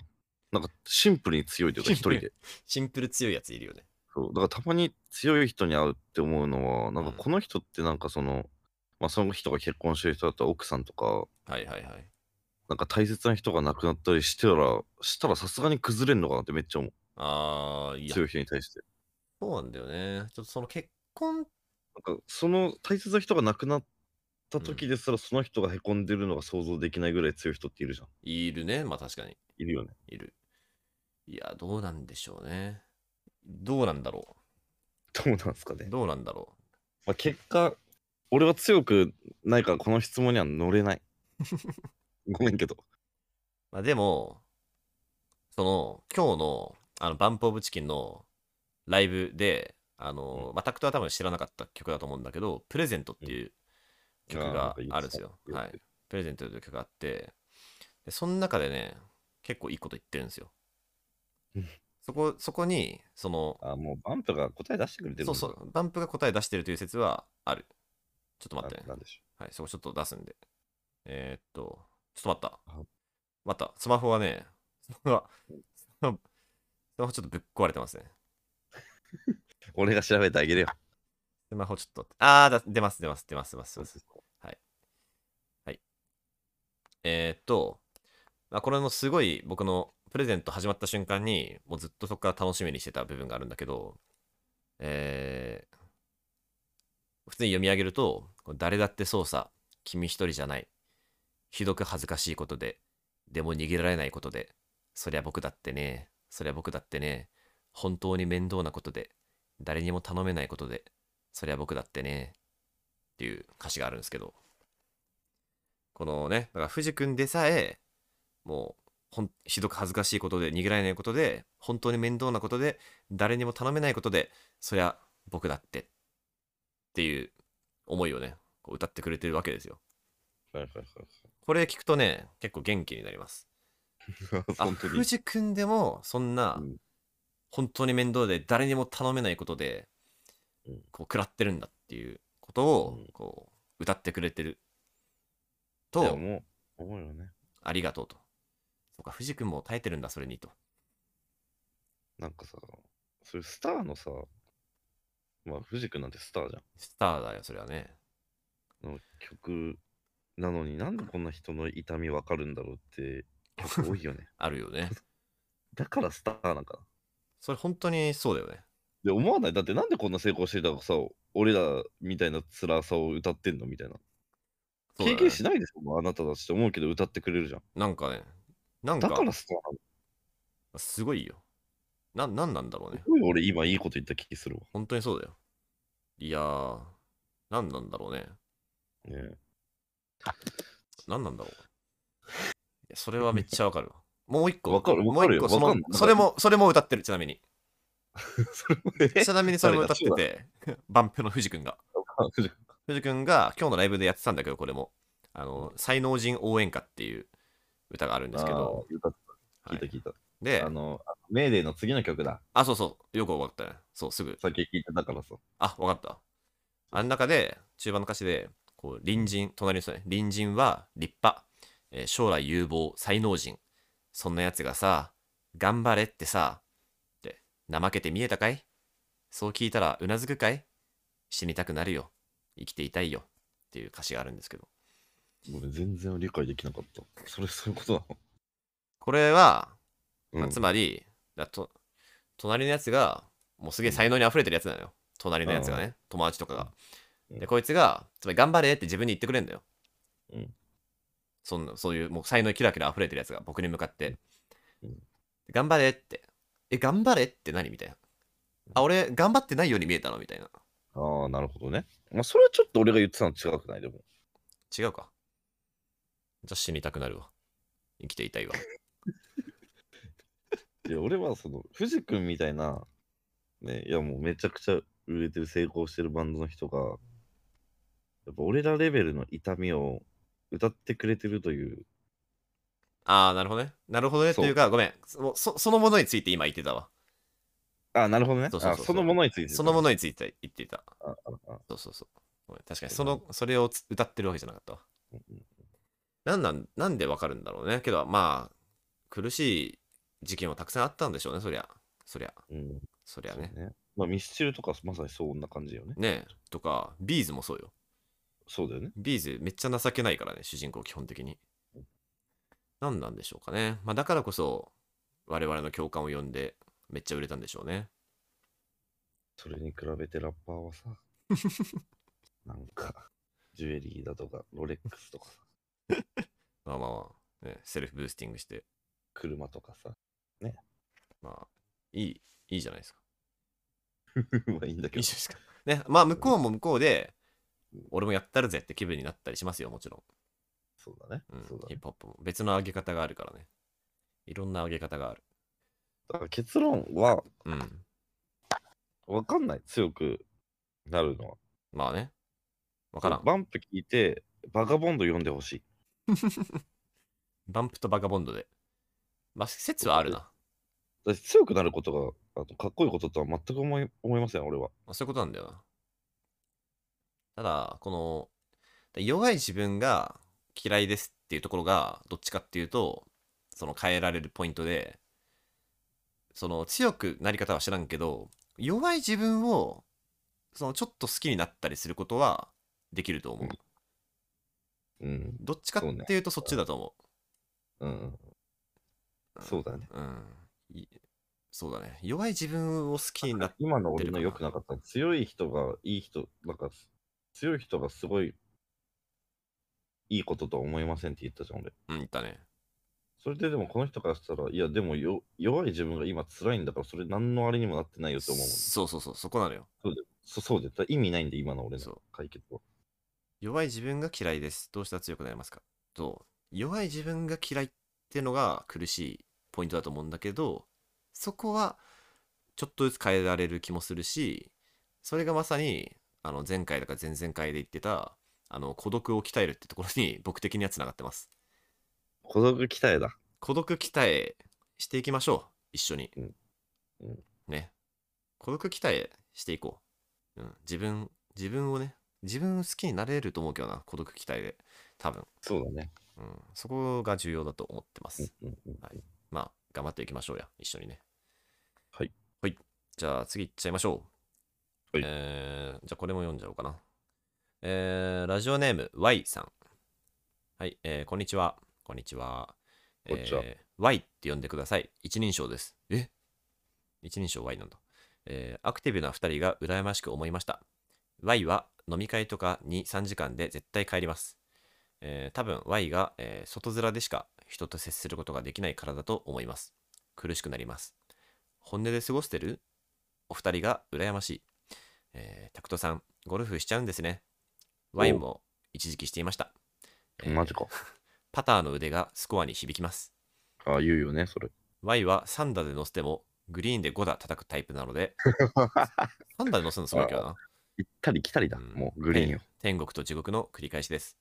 A: ななんかシンプルに強いというか
B: シ
A: 一
B: ンプル
A: 人で
B: シンプル強いやついるよね。
A: そうだからたまに強い人に会うって思うのはなんか
B: うん
A: この人ってなんかその、まあその人が結婚してる人だったら奥さんとか
B: はいはいはい。
A: なんか大切な人が亡くなったりしてたらしたらさすがに崩れるのかなってめっちゃ思う
B: ああ、いや、
A: 強い人に対して
B: そうなんだよね。ちょっとその結婚、
A: なんかその大切な人が亡くなった時ですらその人がへこんでるのが想像できないぐらい強い人っているじゃん
B: いるね。まあ確かに、
A: いるよね
B: いる。いや、どうなんでしょうね。どうなんだろ
A: どうなんですかね
B: う。どうなんだろ
A: まあ、結果、俺は強くないからこの質問には乗れ ない。ごめんけど。
B: う。まあでも、その、今日の、あの、バンプオブチキンのライブで、あの、まあ、タクトは多分知らなかった曲だと思うんだけど、プレゼントっていう曲があるんですよ。
A: あー
B: は
A: なんか
B: い
A: いいですね。
B: プレゼントという曲があってでその中でね結構いいこと言ってるんですよ
A: うん
B: そこそこにその
A: あ、もうバンプが答え出してくれてるん
B: そ
A: だ
B: うそうバンプが答え出してるという説はあるちょっと待ってね
A: ななんでしょ
B: はいそこちょっと出すんでえーっとちょっと待
A: は
B: った待ったスマホはねスマホがスマホスマホちょっとぶっ壊れてますね
A: う。俺が調べてあげるよ。
B: スマホちょっと待ってあーだ出ます出ます出ます出ます出ますえーっと、まあ、これもすごい僕のプレゼント始まった瞬間にもうずっとそこから楽しみにしてた部分があるんだけど、えー普通に読み上げると「誰だって操作君一人じゃない」「ひどく恥ずかしいことででも逃げられないことでそりゃ僕だってねそりゃ僕だってね本当に面倒なことで誰にも頼めないことでそりゃ僕だってね」っていう歌詞があるんですけどこのね、だから藤君でさえ、もうほん、ひどく恥ずかしいことで、逃げられないことで、本当に面倒なことで、誰にも頼めないことで、そりゃ僕だって、っていう思いをね、こう歌ってくれてるわけですよ。
A: はいはいはい
B: これ聞くとね、結構元気になります。
A: はい。
B: あ、
A: 本当に。
B: 藤君でも、そんな、
A: うん
B: 本当に面倒で、誰にも頼めないことで
A: うん、
B: こう、食らってるんだっていうことを
A: うん、
B: こう、歌ってくれてる
A: い
B: と、
A: やもう、思うよね。
B: ありがとうと。そうか、藤君も耐えてるんだ、それにと。
A: なんかさ、それスターのさ、まあ、藤君なんてスターじゃん。
B: スターだよ、それはね。
A: の曲なのになんでこんな人の痛みわかるんだろうって曲多い よね。
B: あるよね。
A: だからスターなんかな。
B: それ本当にそうだよね。
A: で、思わないだってなんでこんな成功してたかさ、俺らみたいな辛さを歌ってんのみたいな。
B: そうだ
A: 経
B: よね
A: 験しないでしょ、もうあなたたちって思うけど歌ってくれるじゃん。
B: なんかね、なん
A: だ
B: か、
A: からスターなの
B: すごいよ。な、なんなんだろうね
A: す。ごい俺今いいこと言った気するわ。
B: 本当にそうだよ。いやー、なんなんだろうね。
A: ね え
B: なんなんだろう。いやそれはめっちゃわかるわ。もう一個。
A: わかる
B: も
A: わか
B: う
A: る
B: 一
A: よ
B: 個、そ
A: わかん
B: の
A: な、い
B: それも、それも歌ってる、ちなみに。
A: それもね
B: ちなみにそれも歌って
A: 誰
B: て、 バンプの藤君が。藤君が今日のライブでやってたんだけど、これも。あの、才能人応援歌っていう歌があるんですけど。
A: あー歌ってた
B: は
A: 聞いた
B: い
A: 聞いた。
B: で
A: あ、の、メーデーの次の曲だ。
B: あ、そうそう、よく分かったね。そう、すぐ。
A: さっき聞いてたからさ。
B: あ、分かった。あん中で、中盤の歌詞で、こう、隣人、隣の人ね、隣人は立派、えー将来有望、才能人。そんなやつがさ、頑張れってさ、って、怠けて見えたかいそう聞いたらうなずくかい死にたくなるよ。生きていたいよ。っていう歌詞があるんですけど。
A: 俺全然理解できなかった。それそういうことな
B: これは、ま
A: の、
B: あ
A: うん
B: つまりだと隣のやつがもうすげえ才能に溢れてるやつなのよ隣のやつがね、友達とかが、
A: うん
B: でこいつがつまり頑張れって自分に言ってくれんだよ、
A: うん
B: そんなそういうもう才能キラキラ溢れてるやつが僕に向かって、
A: うん
B: 頑張れってえ頑張れって何みたいなあ俺頑張ってないように見えたのみたいな
A: ああ、なるほどね。まあ、それはちょっと俺が言ってたの違くないでも。
B: 違うかじゃあ死にたくなるわ生きていたいわ
A: いや、俺はその、藤君みたいな、ね、いやもうめちゃくちゃ売れてる成功してるバンドの人が、やっぱ俺らレベルの痛みを歌ってくれてるという、
B: ああなるほどねなるほどねというかごめんそそそのものについて今言ってたわ
A: あなるほどね。
B: そうそうそう
A: あそのものについて。
B: そのも
A: の。
B: のについて言っていた
A: あああ
B: そうそうそう。ごめん確かに、そ
A: そうだね
B: の、それをつ歌ってるわけじゃなかったわ。
A: うんうん
B: なんなん、なんでわかるんだろうね。けど、まあ、苦しい事件はたくさんあったんでしょうね、そりゃ。そりゃ、
A: うん。
B: そりゃね。
A: そうねまあ、ミスチルとかまさにそんな感じよね。
B: ねえ、とか、ビーズもそうよ。
A: そうだよね。
B: ビーズめっちゃ情けないからね、主人公基本的に。なんなんでしょうかね。まあ、だからこそ、我々の共感を呼んで、めっちゃ売れたんでしょうね。
A: それに比べてラッパー はさ、なんか、ジュエリーだとか、ロレックスとかさ、
B: まあまあまあ、ね、セルフブースティングして、
A: 車とか さ、
B: まあ、いい、いいじゃないですか。
A: まあいいんだけど
B: いいじ、ゃないですか。 ね、まあ向こうも向こうで、俺もやったるぜって気分になったりしますよ、もちろ
A: そうだね。
B: ん。うん
A: そうだ
B: ヒ
A: ね
B: ッ。プホップも。別の上げ方があるからね。いろんな上げ方がある。
A: だから結論は、
B: うん。
A: わかんない。強くなるのは。
B: まあね。わからん。
A: バンプ聞いて、バガボンド読んでほしい。
B: バンプとバガボンドで。まあ、説はあるな。
A: だって強くなることがあのかっこいいこととは全く思い思いません、俺は。
B: まあ、そういうことなんだよな。ただ、この、弱い自分が嫌いですっていうところが、どっちかっていうと、その変えられるポイントで、その強くなり方は知らんけど、弱い自分を、そのちょっと好きになったりすることはできると思う。
A: うん。
B: どっちかっていうとそっちだと思
A: うん。
B: う。
A: そうだね。
B: うん。いそうだね。弱い自分を好きになっ
A: 今の俺
B: 出る
A: の
B: かな
A: 良くなかったの強い人がいい人、なんか強い人がすごいいいこととは思いませんって言ったじゃん、俺。
B: うん、だね。
A: それででもこの人からしたら、いやでもよ弱い自分が今辛いんだから、それ何のあれにもなってないよって思うもん。
B: そうそうそう、そこなのよ。
A: そそうで、だから意味ないんで、今の俺
B: そう
A: の解決は。
B: 弱い自分が嫌いです。どうしたら強くなりますかと、弱い自分が嫌いってのが苦しいポイントだと思うんだけど、そこはちょっとずつ変えられる気もするし、それがまさに、あの、前回だか前々回で言ってた、あの、孤独を鍛えるってところに僕的には繋がってます。
A: 孤独鍛えだ。
B: 孤独鍛えしていきましょう。一緒に。
A: うんうん
B: ね。孤独鍛えしていこう。うん。自分、自分をね、自分好きになれると思うけどな、孤独鍛えで。多分。
A: そうだね。
B: うん、そこが重要だと思ってます。
A: うんうんうん
B: まあ、頑張っていきましょうや、一緒にね。
A: はい。
B: はい。じゃあ、次いっちゃいましょう。
A: はい
B: えーじゃあ、これも読んじゃおうかな。えーラジオネーム Y さん。はい、えーこんにちは。こんにちは。
A: こんにちは
B: えー Y って呼んでください。一人称です。え一人称 Y なんだ。えーアクティブな2人が羨ましく思いました。Y は飲み会とかに3時間で絶対帰ります。えー多分 Y が、えー外面でしか人と接することができないからだと思います。苦しくなります。本音で過ごしてるお二人が羨ましい。えータクトさん、ゴルフしちゃうんですね。Y も一時期していました。えー
A: マジか。
B: パターの腕がスコアに響きます。
A: ああ、言うよね、そ れ。
B: Y は3打で乗せてもグリーンで5打叩くタイプなので3打で乗せるのすごいけどな
A: 行ったり来たりだ、
B: うん
A: もうグリーンよ。
B: 天国と地獄の繰り返しです、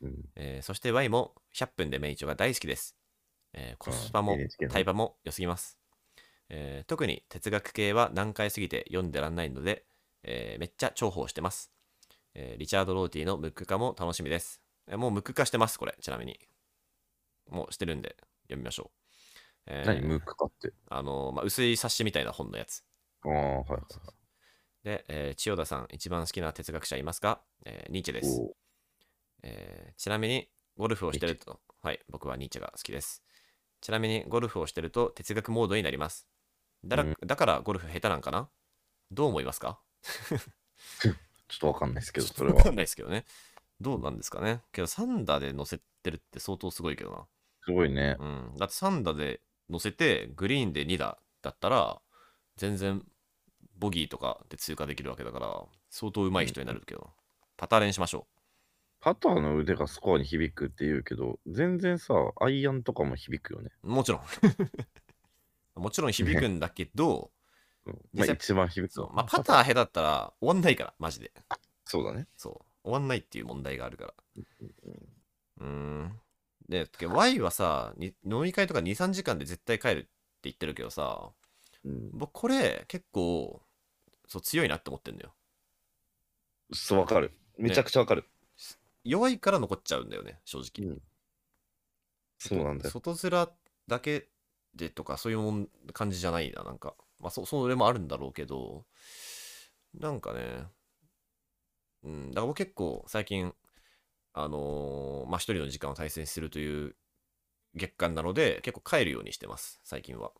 A: うん
B: えーそして Y も100分でメイチョが大好きです、えーコスパ
A: あ
B: も
A: ー NHK の
B: タイパも良すぎます、えー特に哲学系は難解すぎて読んでらんないので、えーめっちゃ重宝してます、えーリチャード・ローティのムック化も楽しみです、えーもうムック化してますこれちなみにもうしてるんで読みましょう、えー
A: 何、ムックかって。
B: あの、まあ、薄い冊子みたいな本のやつ。
A: ああ、はいはい。
B: で、えー千代田さん、一番好きな哲学者いますか、えーニーチェです、
A: おう
B: えーちなみに、ゴルフをしてると、はい、僕はニーチェが好きです。ちなみに、ゴルフをしてると哲学モードになります。だら
A: うん
B: だから、ゴルフ下手なんかなどう思いますか
A: ちょっとわかんないですけど、
B: ちょ
A: そ
B: っと
A: れ
B: わ
A: は
B: か。んないですけどね。どうなんですかねけど、サンダーで乗せてるって相当すごいけどな。
A: すごいね。
B: うん、だって3打で乗せてグリーンで2打だったら全然ボギーとかで通過できるわけだから相当上手い人になるけど、パター練しましょ
A: パターの腕がスコアに響くって言うけど、全然さ、アイアンとかも響くよね。
B: うもちろん もちろん響くんだけど
A: うんま
B: 実
A: あ、
B: 際
A: 一番響く
B: そ
A: のは
B: う、まあ、パター下手だったら終わんないからマジで
A: そうだね。
B: そう終わんないっていう問題があるからうーんで Y はさに飲み会とか23時間で絶対帰るって言ってるけどさ
A: うん。
B: 僕これ結構そう強いなって思ってんのよ
A: そう、わかる。めちゃくちゃわかる。
B: 弱いから残っちゃうんだよね正直、
A: うんそうなんだよ。
B: 外面だけでとかそういうもん感じじゃないななんかまあそそれもあるんだろうけどなんかねうんだから僕結構最近あのーまあ一人の時間を大切にするという月間なので結構帰るようにしてます最近は、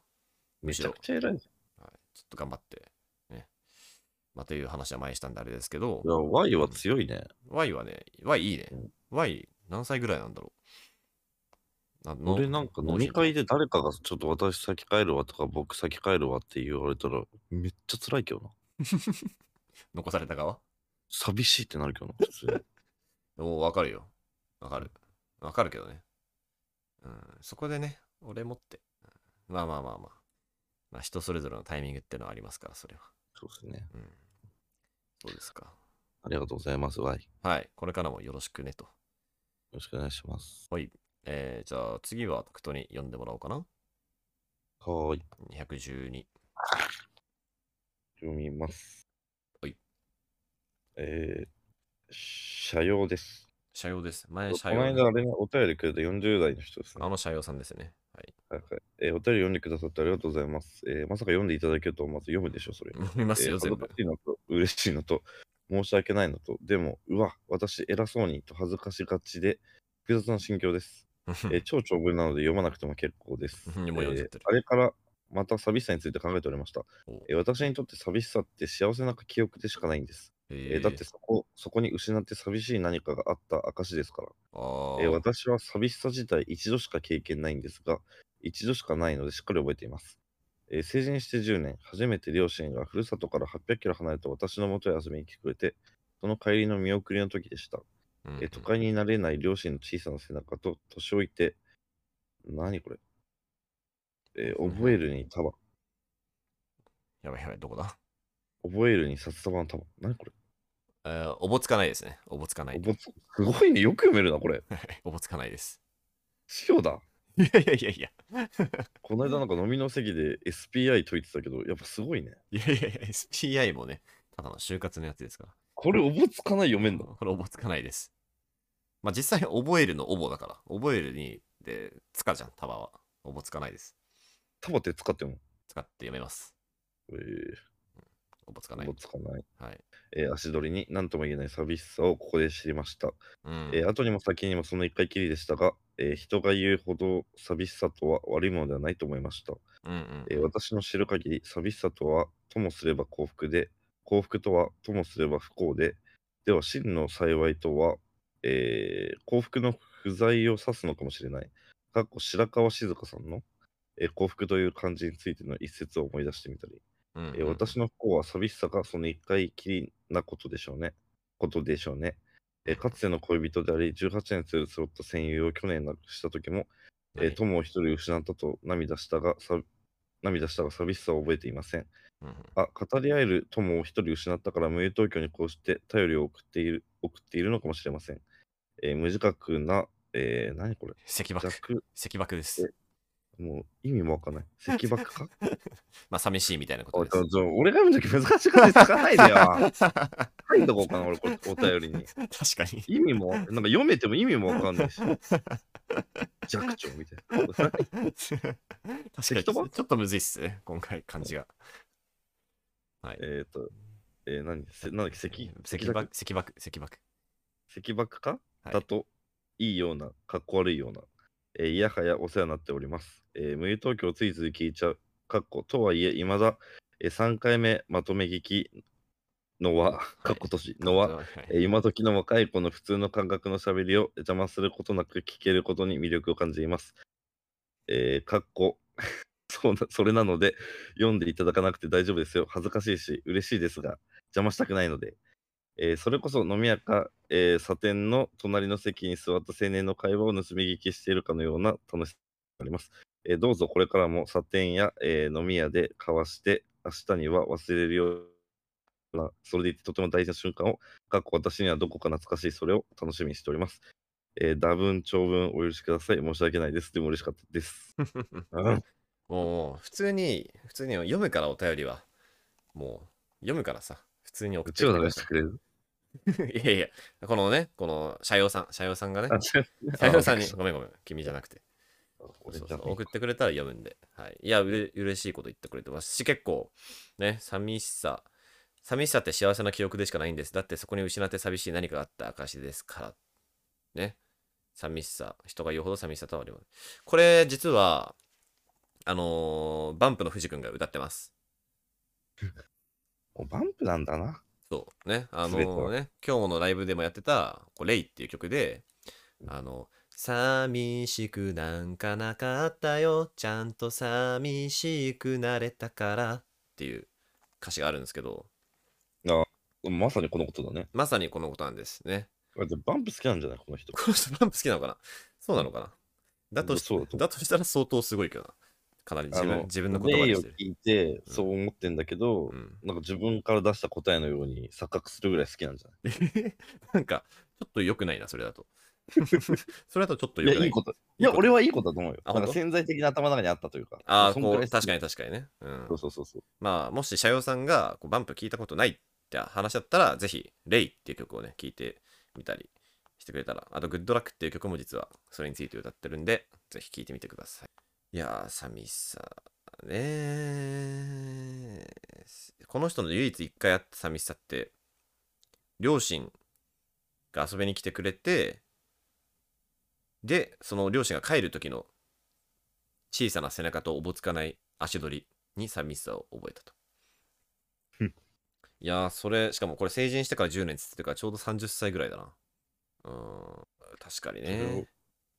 A: めちゃくちゃ偉いじ
B: はい、ちょっと頑張ってねまあという話は前にしたんであれですけど
A: ゃん。いや、Y は強いね。
B: Y はね Y いいね
A: うん
B: Y 何歳ぐらいなんだろうなの
A: 俺なんか飲み会で誰かがちょっと私先帰るわとか僕先帰るわって言われたらめっちゃ辛いけどな。
B: 残された側
A: 寂しいってなるけど な、普通に。
B: もうわかるよ。わかる。わかるけどね。うん、そこでね、俺持って。うんまあまあまあまあ。まあ人それぞれのタイミングってのはありますから、それは。
A: そうですね。
B: うん。そうですか。
A: ありがとうございます、Y。よ
B: はい。これからもよろしくねと。
A: ろしくお願いします。
B: えー、じゃあ次はタクトに読んでもらおうかな。
A: はーい。
B: 212
A: 読みます。
B: はい。
A: えー、社用です。
B: 社用です前
A: こ
B: 社
A: の
B: 用
A: 間、あれね、お便りくれた40代の人ですね
B: あ。の社用さんですねはい
A: はいはいえーお便り読んでくださってありがとうございます。えーまさか読んでいただけるとはまず読むでしょ、それ。
B: 読みますよ
A: えー
B: 全部
A: 恥ずかしいのと嬉しいのと申し訳ないのとでもうわ私偉そうにと恥ずかしがちで複雑な心境です、 えー超長文なので読まなくても結構です、
B: もう読んじゃって
A: え
B: る
A: ーあれからまた寂しさについて考えておりました
B: お、
A: えー私にとって寂しさって幸せな記憶でしかないんです、えー
B: えー
A: だってそこそこに失って寂しい何かがあった証ですから
B: あー
A: えー私は寂しさ自体一度しか経験ないんですが、一度しかないのでしっかり覚えています。えー成人して10年、初めて両親がふるさとから800キロ離れた私の元へ遊びに来てくれて、その帰りの見送りの時でした。
B: うん
A: えー都会になれない両親の小さな背中と年老いて、何これ、えー覚えるに束、
B: やばいやばいどこだ
A: 覚えるに札束の束、何これ、
B: えーおぼつかないですねおぼつかない
A: おぼつすごいね、よく読めるな、これ。
B: おぼつかない です
A: 塩だ。
B: いやいやいやいや
A: この間なんか飲みの席で SPI 解いてたけど、やっぱすごいね。
B: いやいやいや SPI もねただの就活のやつですから
A: これ、おぼつかない読めんの
B: これ、おぼつかないです。まあ、実際、覚えるのおぼだから、覚えるに、で、つかじゃん、束は。おぼつかないです。
A: 束って使っても。
B: 使って読めます。
A: え
B: おぼつ
A: ー、
B: かない
A: も。つかない。
B: はい。
A: えー足取りに何とも言えない寂しさをここで知りました。
B: うん。
A: えー後にも先にもその一回きりでしたが、えー人が言うほど寂しさとは悪いものではないと思いました。
B: うんうん
A: えー私の知る限り、寂しさとはともすれば幸福で、幸福とはともすれば不幸で、では真の幸いとは、えー幸福の不在を指すのかもしれない。かっこ白川静香さんの、えー幸福という漢字についての一節を思い出してみたり、
B: うんうん
A: えー私の不幸は寂しさがその一回きりなことでしょうね。ことでしょうね。えーかつての恋人であり、18年連れ添った戦友を去年亡くした時も、えー
B: はい
A: 友を一人失ったと涙したが、さ涙したが寂しさを覚えていません。
B: うんうん
A: あ、語り合える友を一人失ったから、無友東京にこうして頼りを送っている送っているのかもしれません。えー無自覚な、えー何これ
B: 石爆。
A: 弱、
B: 石爆です。
A: もう意味もわか んない。石爆か
B: まあ、寂しいみたいなこ
A: あ
B: と
A: ちょ
B: で
A: ちょ俺が読むとき難しくてつかないでよ。
B: す。
A: 書いとこうかな、俺、これ、お便りに。
B: 確かに。
A: 意味も、なんか読めても意味もわかんないし。弱調みたいな。
B: 確かに。ち
A: 適当
B: ょっとむずいっすね、今回、漢字が。
A: えっと、えー、何せなんだっけ、石
B: 石爆、石爆、石爆。
A: 石爆か、
B: はい
A: だと、いいような、かっこ悪いような。えー、いやはやお世話になっております。えー、無友東京ついつい聞いちゃう。かっことはいえ、いまだ、えー、3回目まとめ聞きのは、かっことしのは、
B: はい
A: えー今時の若い子の普通の感覚のしゃべりを邪魔することなく聞けることに魅力を感じいます。えー、かっこ そうな、それなので、読んでいただかなくて大丈夫ですよ。恥ずかしいし、嬉しいですが、邪魔したくないので。えーそれこそ飲み屋か、えー、サテンの隣の席に座った青年の会話を盗み聞きしているかのような楽しさがあります。えーどうぞこれからもサテンや、えー飲み屋で交わして、明日には忘れるような、それでいてとても大事な瞬間をかっこ私にはどこか懐かしいそれを楽しみにしております。えー、打分、長文お許しください。申し訳ないです。でも嬉しかった です。うん
B: もう普通に普通に読むからお便りはもう読むからさ普通に送
A: う
B: って
A: ちを
B: きて
A: 流
B: く
A: してくれ る。
B: ださいいやいやこのねこの社用さん社用さんがね
A: あ、違う。
B: 社用さんに
A: あ
B: ごめんごめん君じゃなくて
A: 俺
B: そう
A: じ
B: そ
A: ゃ
B: う
A: ない
B: 送ってくれたら読むんで、はい、いやうれ嬉しいこと言ってくれてますし結構ね寂しさ寂しさって幸せな記憶でしかないんですだってそこに失って寂しい何かがあった証ですからね寂しさ人が言うほど寂しさとはありますこれ実はあのーバンプの藤君が歌ってます
A: もうバンプなんだな。
B: そうねあの
A: 全ては
B: ーね今日のライブでもやってた「こうレイ」っていう曲であの寂しくなんかなかったよちゃんと寂しくなれたからっていう歌詞があるんですけど
A: まさにこのことだね。
B: まさにこのことなんですね
A: あじゃあバンプ好きなんじゃないこの人。
B: この人バンプ好きなのかなそうなのかなだとし
A: そうだと思う
B: だとしたら相当すごいけどなかなり自
A: あ
B: 分
A: の
B: 自分の言葉
A: 例
B: に
A: を
B: して
A: 聞
B: る、
A: いて、そう思ってんだけど、
B: うん、
A: なんか自分から出した答えのように錯覚するぐらい好きなんじゃない
B: なんかちょっと良くないなそれだと それだとちょっと
A: い
B: 良く
A: や、
B: ない
A: いこと。いや、俺はいいことだと思うよ。
B: あ
A: なん
B: 本
A: か
B: 当
A: 潜在的な頭の中にあったというか。
B: ああ、
A: そんく
B: こ
A: ら
B: う、
A: い
B: 確かに確かにね。うん
A: そう。そうそうそう。
B: まあ、もし、社用さんが、こう、バンプ聞いたことないって話だったら、ぜひ、レイっていう曲をね、聞いてみたりしてくれたら、あと、グッドラックっていう曲も実は、それについて歌ってるんで、ぜひ聞いてみてください。いやー、寂しさねー。この人の唯一一回あった寂しさって、両親が遊びに来てくれて、で、その両親が帰る時の小さな背中とおぼつかない足取りに寂しさを覚えたと
A: ふん。
B: いやー、それ、しかもこれ成人してから10年つってるからちょうど30歳ぐらいだな。うーん、確かに
A: それを
B: ね。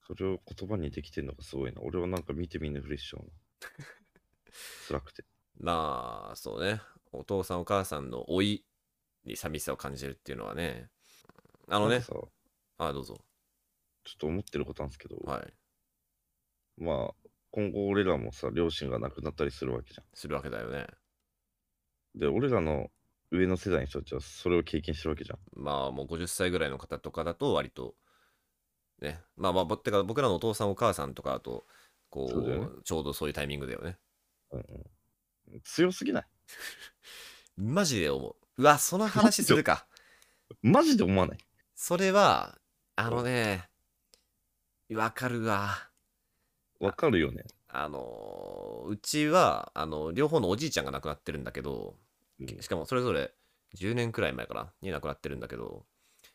A: それを言葉にできてるのがすごいな。俺はなんか見てみぬふりし ちゃうな。辛くて。
B: まあ、そうね。お父さんお母さんの老いに寂しさを感じるっていうのはね。あ
A: あ
B: のね
A: さ、ち、ょ
B: あどうぞ。
A: っと思ってることなんですけど、
B: はい。
A: まあ、今後俺らもさ、両親が亡くなったりするわけじゃ
B: するわけだよね。
A: ん。で、俺らの上の世代の人たちはそれを経験してるわけじゃん。
B: まあもう50歳ぐらいの方とかだと割とねまあまあぼてか僕らのお父さんお母さんとかだとこう
A: そうだよね
B: ちょうどそういうタイミングだよね
A: うんうん、強すぎない
B: マジで思ううわその話するか
A: マジで思わない
B: それはあのねわかるわ
A: わかるよね。
B: あのーうちはあの両方のおじいちゃんが亡くなってるんだけど
A: うん
B: しかもそれぞれ10年くらい前からに亡くなってるんだけど、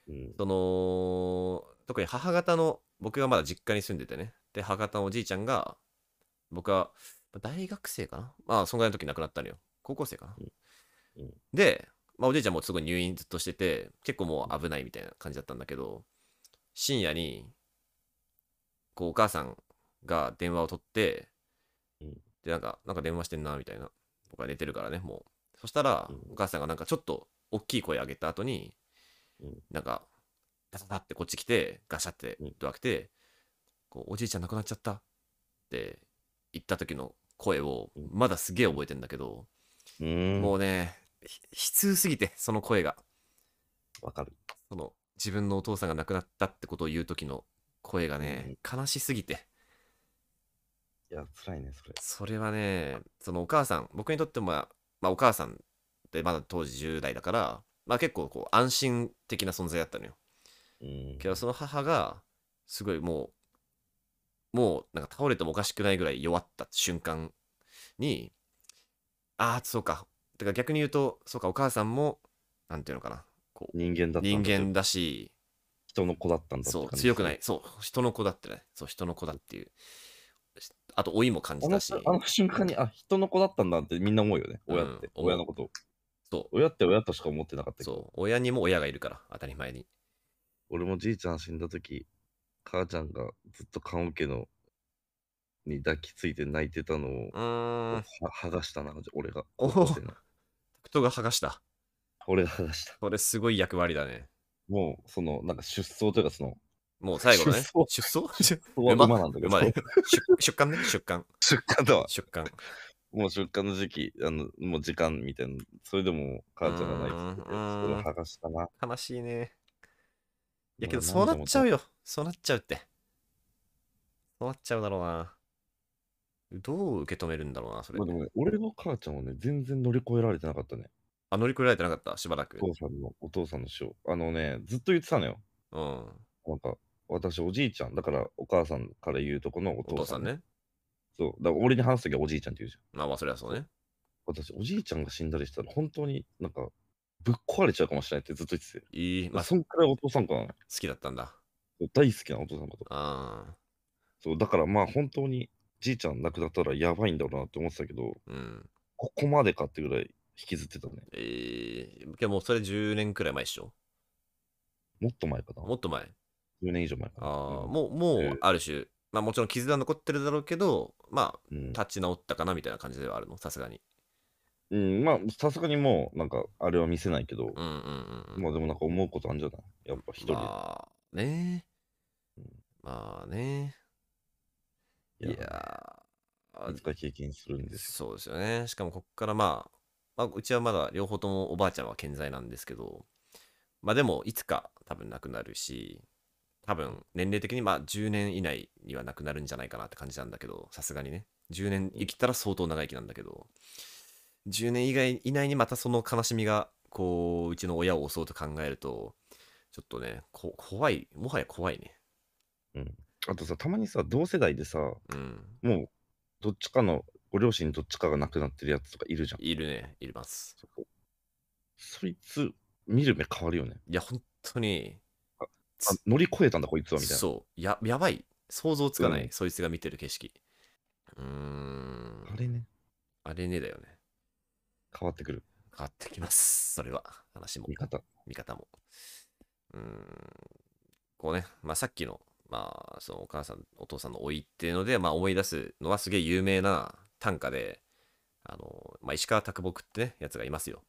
A: うん
B: その特に母方の僕がまだ実家に住んでてねで母方のおじいちゃんが僕はまあ大学生かなまあそんぐらいの時に亡くなったのよ高校生かな、
A: うんうん
B: で、まあ、おじいちゃんもすごい入院ずっとしてて結構もう危ないみたいな感じだったんだけど深夜にこうお母さんが電話を取って、
A: うん
B: でなんかなんか電話してんなみたいな僕は寝てるからねもうそしたら
A: うん
B: お母さんがなんかちょっと大きい声上げた後に、
A: うん
B: なんかガサガサってこっち来てガシャって
A: うん
B: ドア来て、こうおじいちゃん亡くなっちゃったって言った時の声を
A: うん
B: まだすげえ覚えてんだけど、
A: うん。
B: もうねひ悲痛すぎてその声が
A: わかる。
B: その自分のお父さんが亡くなったってことを言う時の声がね、悲しすぎて
A: いや、辛いね、それ。
B: それはねそのお母さん僕にとっても、まあまあ、お母さんってまだ当時10代だから、まあ、結構こう安心的な存在だったのよ
A: うん
B: けどその母がすごいもうもうなんか倒れてもおかしくないぐらい弱った瞬間にああそうかてか逆に言うとそうかお母さんもなんていうのかなこう
A: 人間だったんだ
B: 人
A: と
B: 間だし
A: 人の子だったんだって
B: そう
A: 感じ
B: 強くないそう人の子だってねそう人の子だっていうしあと老いも感じ
A: あ
B: た
A: の
B: し
A: あの瞬間に、あ、人の子だったんだってみんな思うよね、
B: うん
A: 親って、
B: 思う
A: 親のこと。
B: そ
A: 親って親としか思ってなかったけ
B: う
A: ど、
B: そう親にも親がいるから当たり前に
A: 俺もじいちゃん死んだ時母ちゃんがずっと棺桶のに抱きついて泣いてたのを、
B: うーん
A: は剥がしたな、俺が。
B: おお
A: 高校生の
B: 人が剥がした
A: 俺が剥がした。
B: これすごい役割だね
A: もう、その、なんか出走というか、その、
B: もう最後のね出走
A: 馬
B: 馬
A: 馬なんだけど、
B: 馬ね出出棺ね出棺
A: 出荷だわ。
B: 出棺
A: もう出荷の時期、あの、もう時間みたいな、それでも母ちゃんが泣いてて、
B: うーん
A: それを剥がしたな。
B: 悲しいね。いや
A: まあ
B: けどそうなっちゃう
A: 何度も
B: よ。そうなっちゃうって。そうなっちゃうだろうな。どう受け止めるんだろうな、それ
A: まあ。でもね、俺の母ちゃんはね、全然乗り越えられてなかったね。
B: あ、乗り越えられてなかった、しばらく。
A: お父さんの、お父さんの死を。あのね、ずっと言ってたのよ。
B: うん。
A: なんか、私、おじいちゃん、だから、お母さんから言うとこのお
B: お
A: 父
B: 父
A: さ
B: さ
A: ん。
B: んね。
A: そう。だから、俺に話すときはおじいちゃんって言うじゃん。
B: まあまあ、それはそうね。
A: 私、おじいちゃんが死んだりしたら、本当になんか、ぶっ壊れちゃうかもしれないってずっと言ってて。
B: いい、まあ、好
A: そんくらいお父さんかなの。
B: きだったんだ。
A: 大好きなお父さんのこと。
B: あ
A: そう、だからまあ本当にじいちゃん亡くなったらやばいんだろうなって思ってたけど、
B: ーうん。
A: ここまでかってぐらい引きずってたね。
B: えー、けどもうそれ10年くらい前でしょ。
A: もっと前かな。
B: もっと前。
A: 10年以上前かな。
B: ああ、
A: うん
B: もう、も
A: え
B: う
A: ー、
B: ある種、まあもちろん傷は残ってるだろうけど、まあ、
A: うん
B: 立ち直ったかなみたいな感じではあるの、さすがに。
A: うん、まあさすがにもうなんかあれは見せないけど、
B: うんうんうんうん。
A: まあでもなんか思うことあるんじゃないやっぱ一人、
B: まあね
A: うん
B: まあねい
A: いや
B: やー
A: いつか経験するんです
B: そうですよねしかもこっからまあ、まあ、うちはまだ両方ともおばあちゃんは健在なんですけどまあでもいつか多分亡くなるし多分年齢的にまあ10年以内にはなくなるんじゃないかなって感じなんだけどさすがにね10年生きたら相当長生きなんだけど10年以外以内にまたその悲しみがこううちの親を襲うと考えるとちょっとねこ怖いもはや怖いね
A: あとさ、たまにさ、同世代でさ、
B: うん
A: もう、どっちかの、ご両親どっちかが亡くなってるやつとかいるじゃん。
B: いるねいます
A: そいつ、見る目変わるよね。
B: いや本当に
A: あ、乗り越えたんだ、こいつは、みたいな。
B: そうややばい想像つかない、
A: うん
B: そいつが見てる景色うーん
A: あれね、
B: あれねだよね
A: 変わってくる、
B: 変わってきますそれは話も
A: 見方。
B: 見方も。うーん。こうね、まあ、さっきの、まあ、そのお母さん、お父さんの老いっていうので、まあ、思い出すのはすげえ有名な短歌で、あの、まあ、石川啄木ってね、やつがいますよ。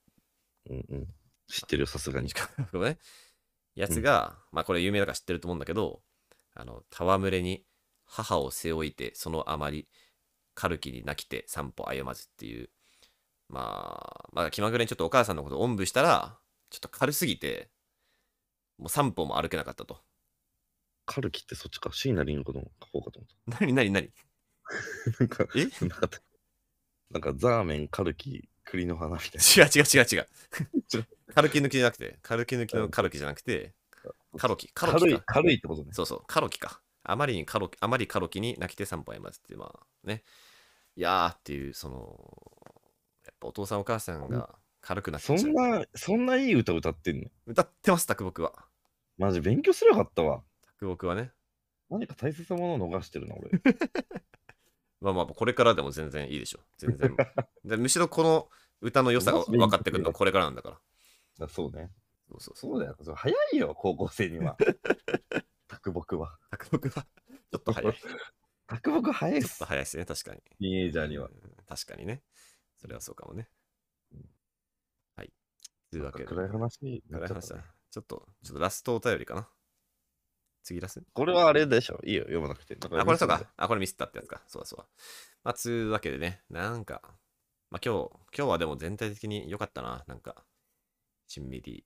A: うんうん。知ってるよ、さすがに
B: 石。川啄木ね。やつが、まあ、これ有名だから知ってると思うんだけど、あの、戯れに母を背負いて、そのあまり、軽きに泣きて散歩歩まずっていう、まあ、まあ、気まぐれにちょっとお母さんのことをおんぶしたら、ちょっと軽すぎて、もう散歩も歩けなかったと。
A: カルキってそっちか、椎名林檎の方かと思っ
B: 何何 何
A: た。なんか、
B: え
A: なかった。なんか、ザーメン、カルキ、栗の花みたい
B: 違う違う違う違う
A: 違う。
B: カルキ抜きじゃなくて、カルキ抜きのカルキじゃなくて、カロキ、カ
A: な。
B: ロ
A: 軽
B: キ
A: い
B: か、。
A: 軽いってことね。
B: そうそう、カロキか。あまりにカロキ、あまりカロキに泣きて散歩へまずって、まあね。いやーっていう、その、やっぱお父さんお母さんが軽くなっち
A: そ。
B: ゃうん
A: な、そんないい歌歌ってんの
B: 歌ってます、卓木は。
A: マジ勉強すればよかったわ。
B: 卓木はね。
A: 何か大切なものを逃してるな、 俺。
B: まあまあ、これからでも全然いいでしょ。全然。 でむしろこの歌の良さが分かってくるのはこれからなんだから。
A: あそうね。
B: そうそうそう。
A: そうだよ。そう早いよ、高校生に は。卓木は。
B: 卓木は、ち ょっ と早い。ちょ
A: 卓木早いっ
B: っ
A: す
B: と。早いですね、確かに。
A: ティーンエイジャーには
B: う。ん確かにね。それはそうかもね。はい。というわけで。
A: 暗い話になっ
B: 暗い
A: ちゃっ
B: 話
A: た
B: だ
A: ね。
B: ちょっと、ちょっとラストお便りかな。次ラス
A: これはあれでしょ。いいよ、読まなくて。
B: あ、これそうか。あ、これミスったってやつか。そうだそうだ。まあ、つうわけでね、なんか、まあ今日、今日はでも全体的に良かったな。なんか、しんみり、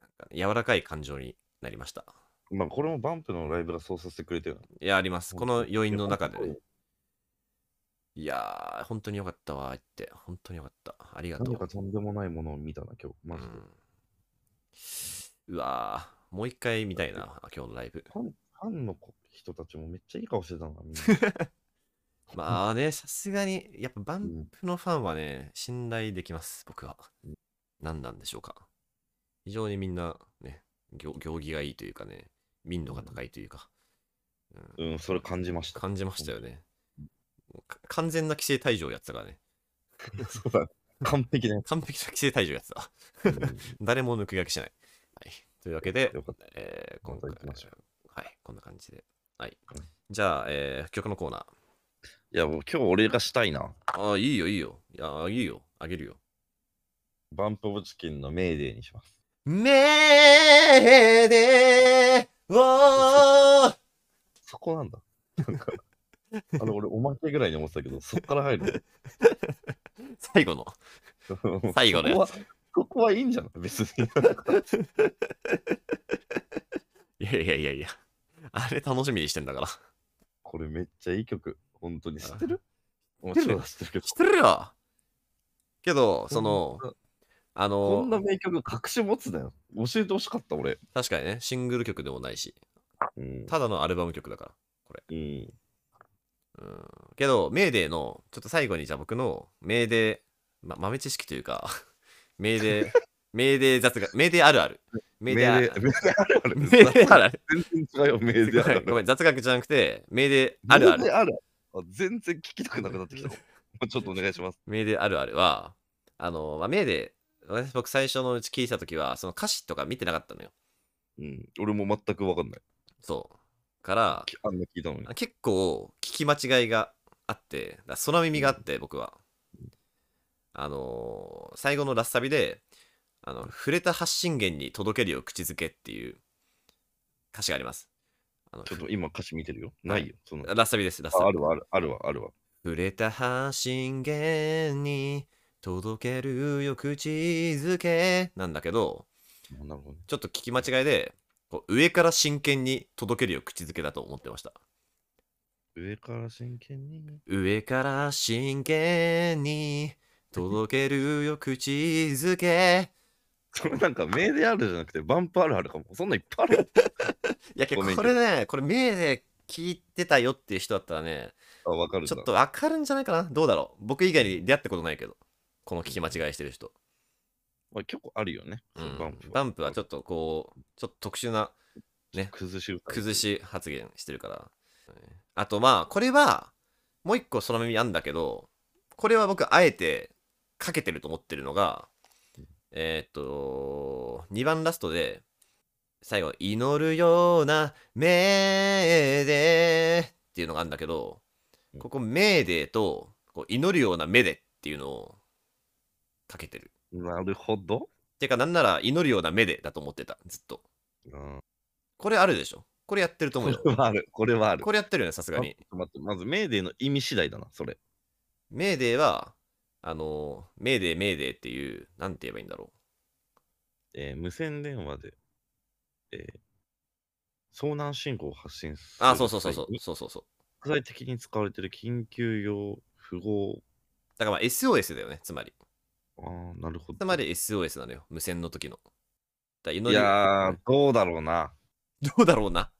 B: なんか柔らかい感情になりました。
A: まあ、これもバンプのライブがそうさせてくれてる
B: いや、あります。この要因の中で
A: いや
B: ね。いやー、本当に良かったわーって。本当に良かった。ありがと
A: 何
B: う
A: か。とんでもないものを見たな、今日。マジで。
B: うん、うわぁ、もう一回見たいな、今日のライブ。
A: ファンファンの子人たちもめっちゃいい顔してたな、みんな。
B: まあね、さすがに、やっぱバ
A: う
B: ン
A: ん
B: プのファンはね、信頼できます、僕は。何なんでしょうか。非常にみんな、ね、行行儀がいいというかね、民度が高いというか、うん
A: うん、それ感じました。
B: 感じましたよね。もうか完全な規制退場やってたからね。
A: そうだ。完璧だよ。
B: 完璧な規制退場やってた。
A: うん
B: 誰も抜け駆けしない。はい。というわけで、
A: よかった。
B: えー、今
A: また
B: 回
A: 行きましょ
B: はい、こんな感じで。はい
A: うん。
B: じゃあ、えー、曲のコーナー。
A: いや、もう今日俺がしたいな。
B: ああ、いいよ、いいよ。いやー、いいよ。あげるよ。
A: バンプ・オブ・チキンのメーデーにします。
B: めでお
A: そこなんだ。なん か、あの、俺、おまけぐらいに思ってたけど、そっから入る
B: 最後の。
A: の。
B: 最後の
A: ここ
B: や
A: は
B: つ。、
A: ここはいいんじゃない別に。
B: いやいやいやいや。あれ楽しみにしてんだから。
A: これめっちゃいい曲。本当に。知ってるも
B: 知って
A: ち
B: る
A: ろん知ってるけど
B: 知っ。てるよけど、その
A: こ、んな、
B: あ
A: こんな
B: の、
A: 名曲隠し持つだよ。教えてほしかった、俺。
B: 確かにね、シングル曲でもないし、
A: うん。
B: ただのアルバム曲だから。
A: うん
B: うんけど、メーデーの、ちょっと最後にじゃあ僕の、メーデー、ま、豆知識というか、 メ ーデー、メーデー雑学、メーデーあるある。メ
A: メ
B: ー
A: ーデー
B: デーある、
A: メーデーあるある。
B: メーデー あるある。
A: 全然違うよ、メーデーあるある
B: ご。めん、雑学じゃなくて、メーデーある
A: メ
B: あ
A: ーデ
B: る。
A: ーあるある。あ全然聞きたくなくなってきた。もうちょっとお願いします。
B: メーデーあるあるは、あの、まあ、メーデー、私僕最初のうち聞いたときは、その歌詞とか見てなかったのよ。
A: うん。俺も全くわかんない。
B: そう。から、
A: きあんな聞いたのに。
B: 結構聞き間違いがあって、だから空耳があって、僕は。あのー最後のラッサビで、あの、触れた発信源に届けるよ、口づけっていう歌詞があります。あの
A: ちょっと今歌詞見てるよ。ないよ。その
B: ラッサビです、ラッサビ
A: ああるわ、あるあるわ、あるわ。
B: 触れた発信源に届けるよ口づけなんだけど
A: なるほどね。
B: ちょっと聞き間違いでこう上から真剣に届けるよ口づけだと思ってました
A: 上から真剣 に。
B: 上から真剣に届けるよ口づけ
A: それなんか、名であるじゃなくて、バンプあるあるかも。そんなんいっぱいある。
B: いやけど
A: ごめん
B: こ
A: け
B: れ
A: ど
B: ねこれ目で聞いてたよっていう人だったらね
A: あ、わかる
B: ち
A: な
B: ょっとわかるんじゃないかなどうだろう僕以外に出会ったことないけどこの聞き間違いしてる人、
A: まあ、結構あるよね。
B: う
A: その
B: ん
A: バンプ
B: バンプはちょっとこうちょっと特殊なね
A: 崩しる。
B: 崩し発言してるからあとまあこれはもう一個空耳あんだけどこれは僕あえてかけてると思ってるのがえーっと2番ラストで最後「祈るような目で」っていうのがあるんだけどここ「目で」とこう祈るような目でっていうのをかけてる
A: なるほど。
B: てかなんなら祈るような目でだと思ってたずっと
A: うん
B: これあるでしょこれやってると思
A: これ
B: う よ
A: はある。これはある。
B: これやってるよねさすがに
A: あ待って、まず、メーデーの意味次第だな、それ。
B: メーデーは、あの、メーデー、メーデーっていう、なんて言えばいいんだろ
A: えー無線電話で、えー遭難信号を発信す
B: う。
A: る
B: あ、そうそうそうそう
A: 際に、
B: そうそうそう。
A: 国際的に使われている緊急用符号。
B: だからまあ SOS だよね、つまり。
A: ああ、なるほど。
B: つまり SOS なのよ、無線の時の。だから祈
A: い
B: り
A: やー、どうだろうな。
B: どうだろうな。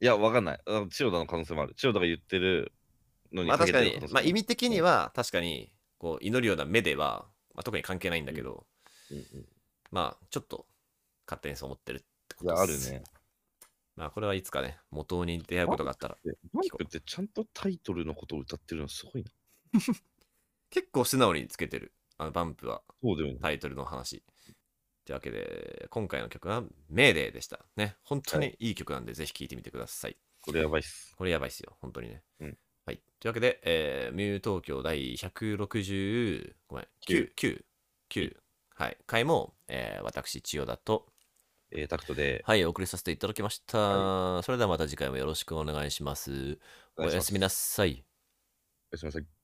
A: いや、わかんない。あ千代田の可能性もある。千代田が言ってるのに
B: まあ確か
A: けて
B: に
A: る可能、性も
B: まあ
A: る
B: 意味的には、確かに、こう、祈るような目では、まあ、特に関係ないんだけど、
A: うんうん
B: まあ、ちょっと、勝手にそう思ってるってこ
A: い
B: と
A: や、ある
B: です。
A: ね。
B: まあ、これはいつかね、元に出会うことがあったら。
A: でマイクってちゃんとタイトルのことを歌ってるのすごいな。
B: 結構素直につけてる、あの、バンプは。
A: そうだよね。
B: タイトルの話。というわけで、今回の曲はメーデーでした。ね、本当にいい曲なんで、ぜひ聴いてみてください。
A: これやばいっす。
B: これやばいっすよ、本当にね。
A: うん
B: はい。というわけで、えー、ミュー東京第160、ごめん、9、9、9、はい、回も、えー、私、千代田と、
A: えー、タクトで。
B: はい、お送りさせていただきました。それではまた次回もよろしくお願いします。お
A: お願いします
B: やすみなさい。
A: おやすみなさい。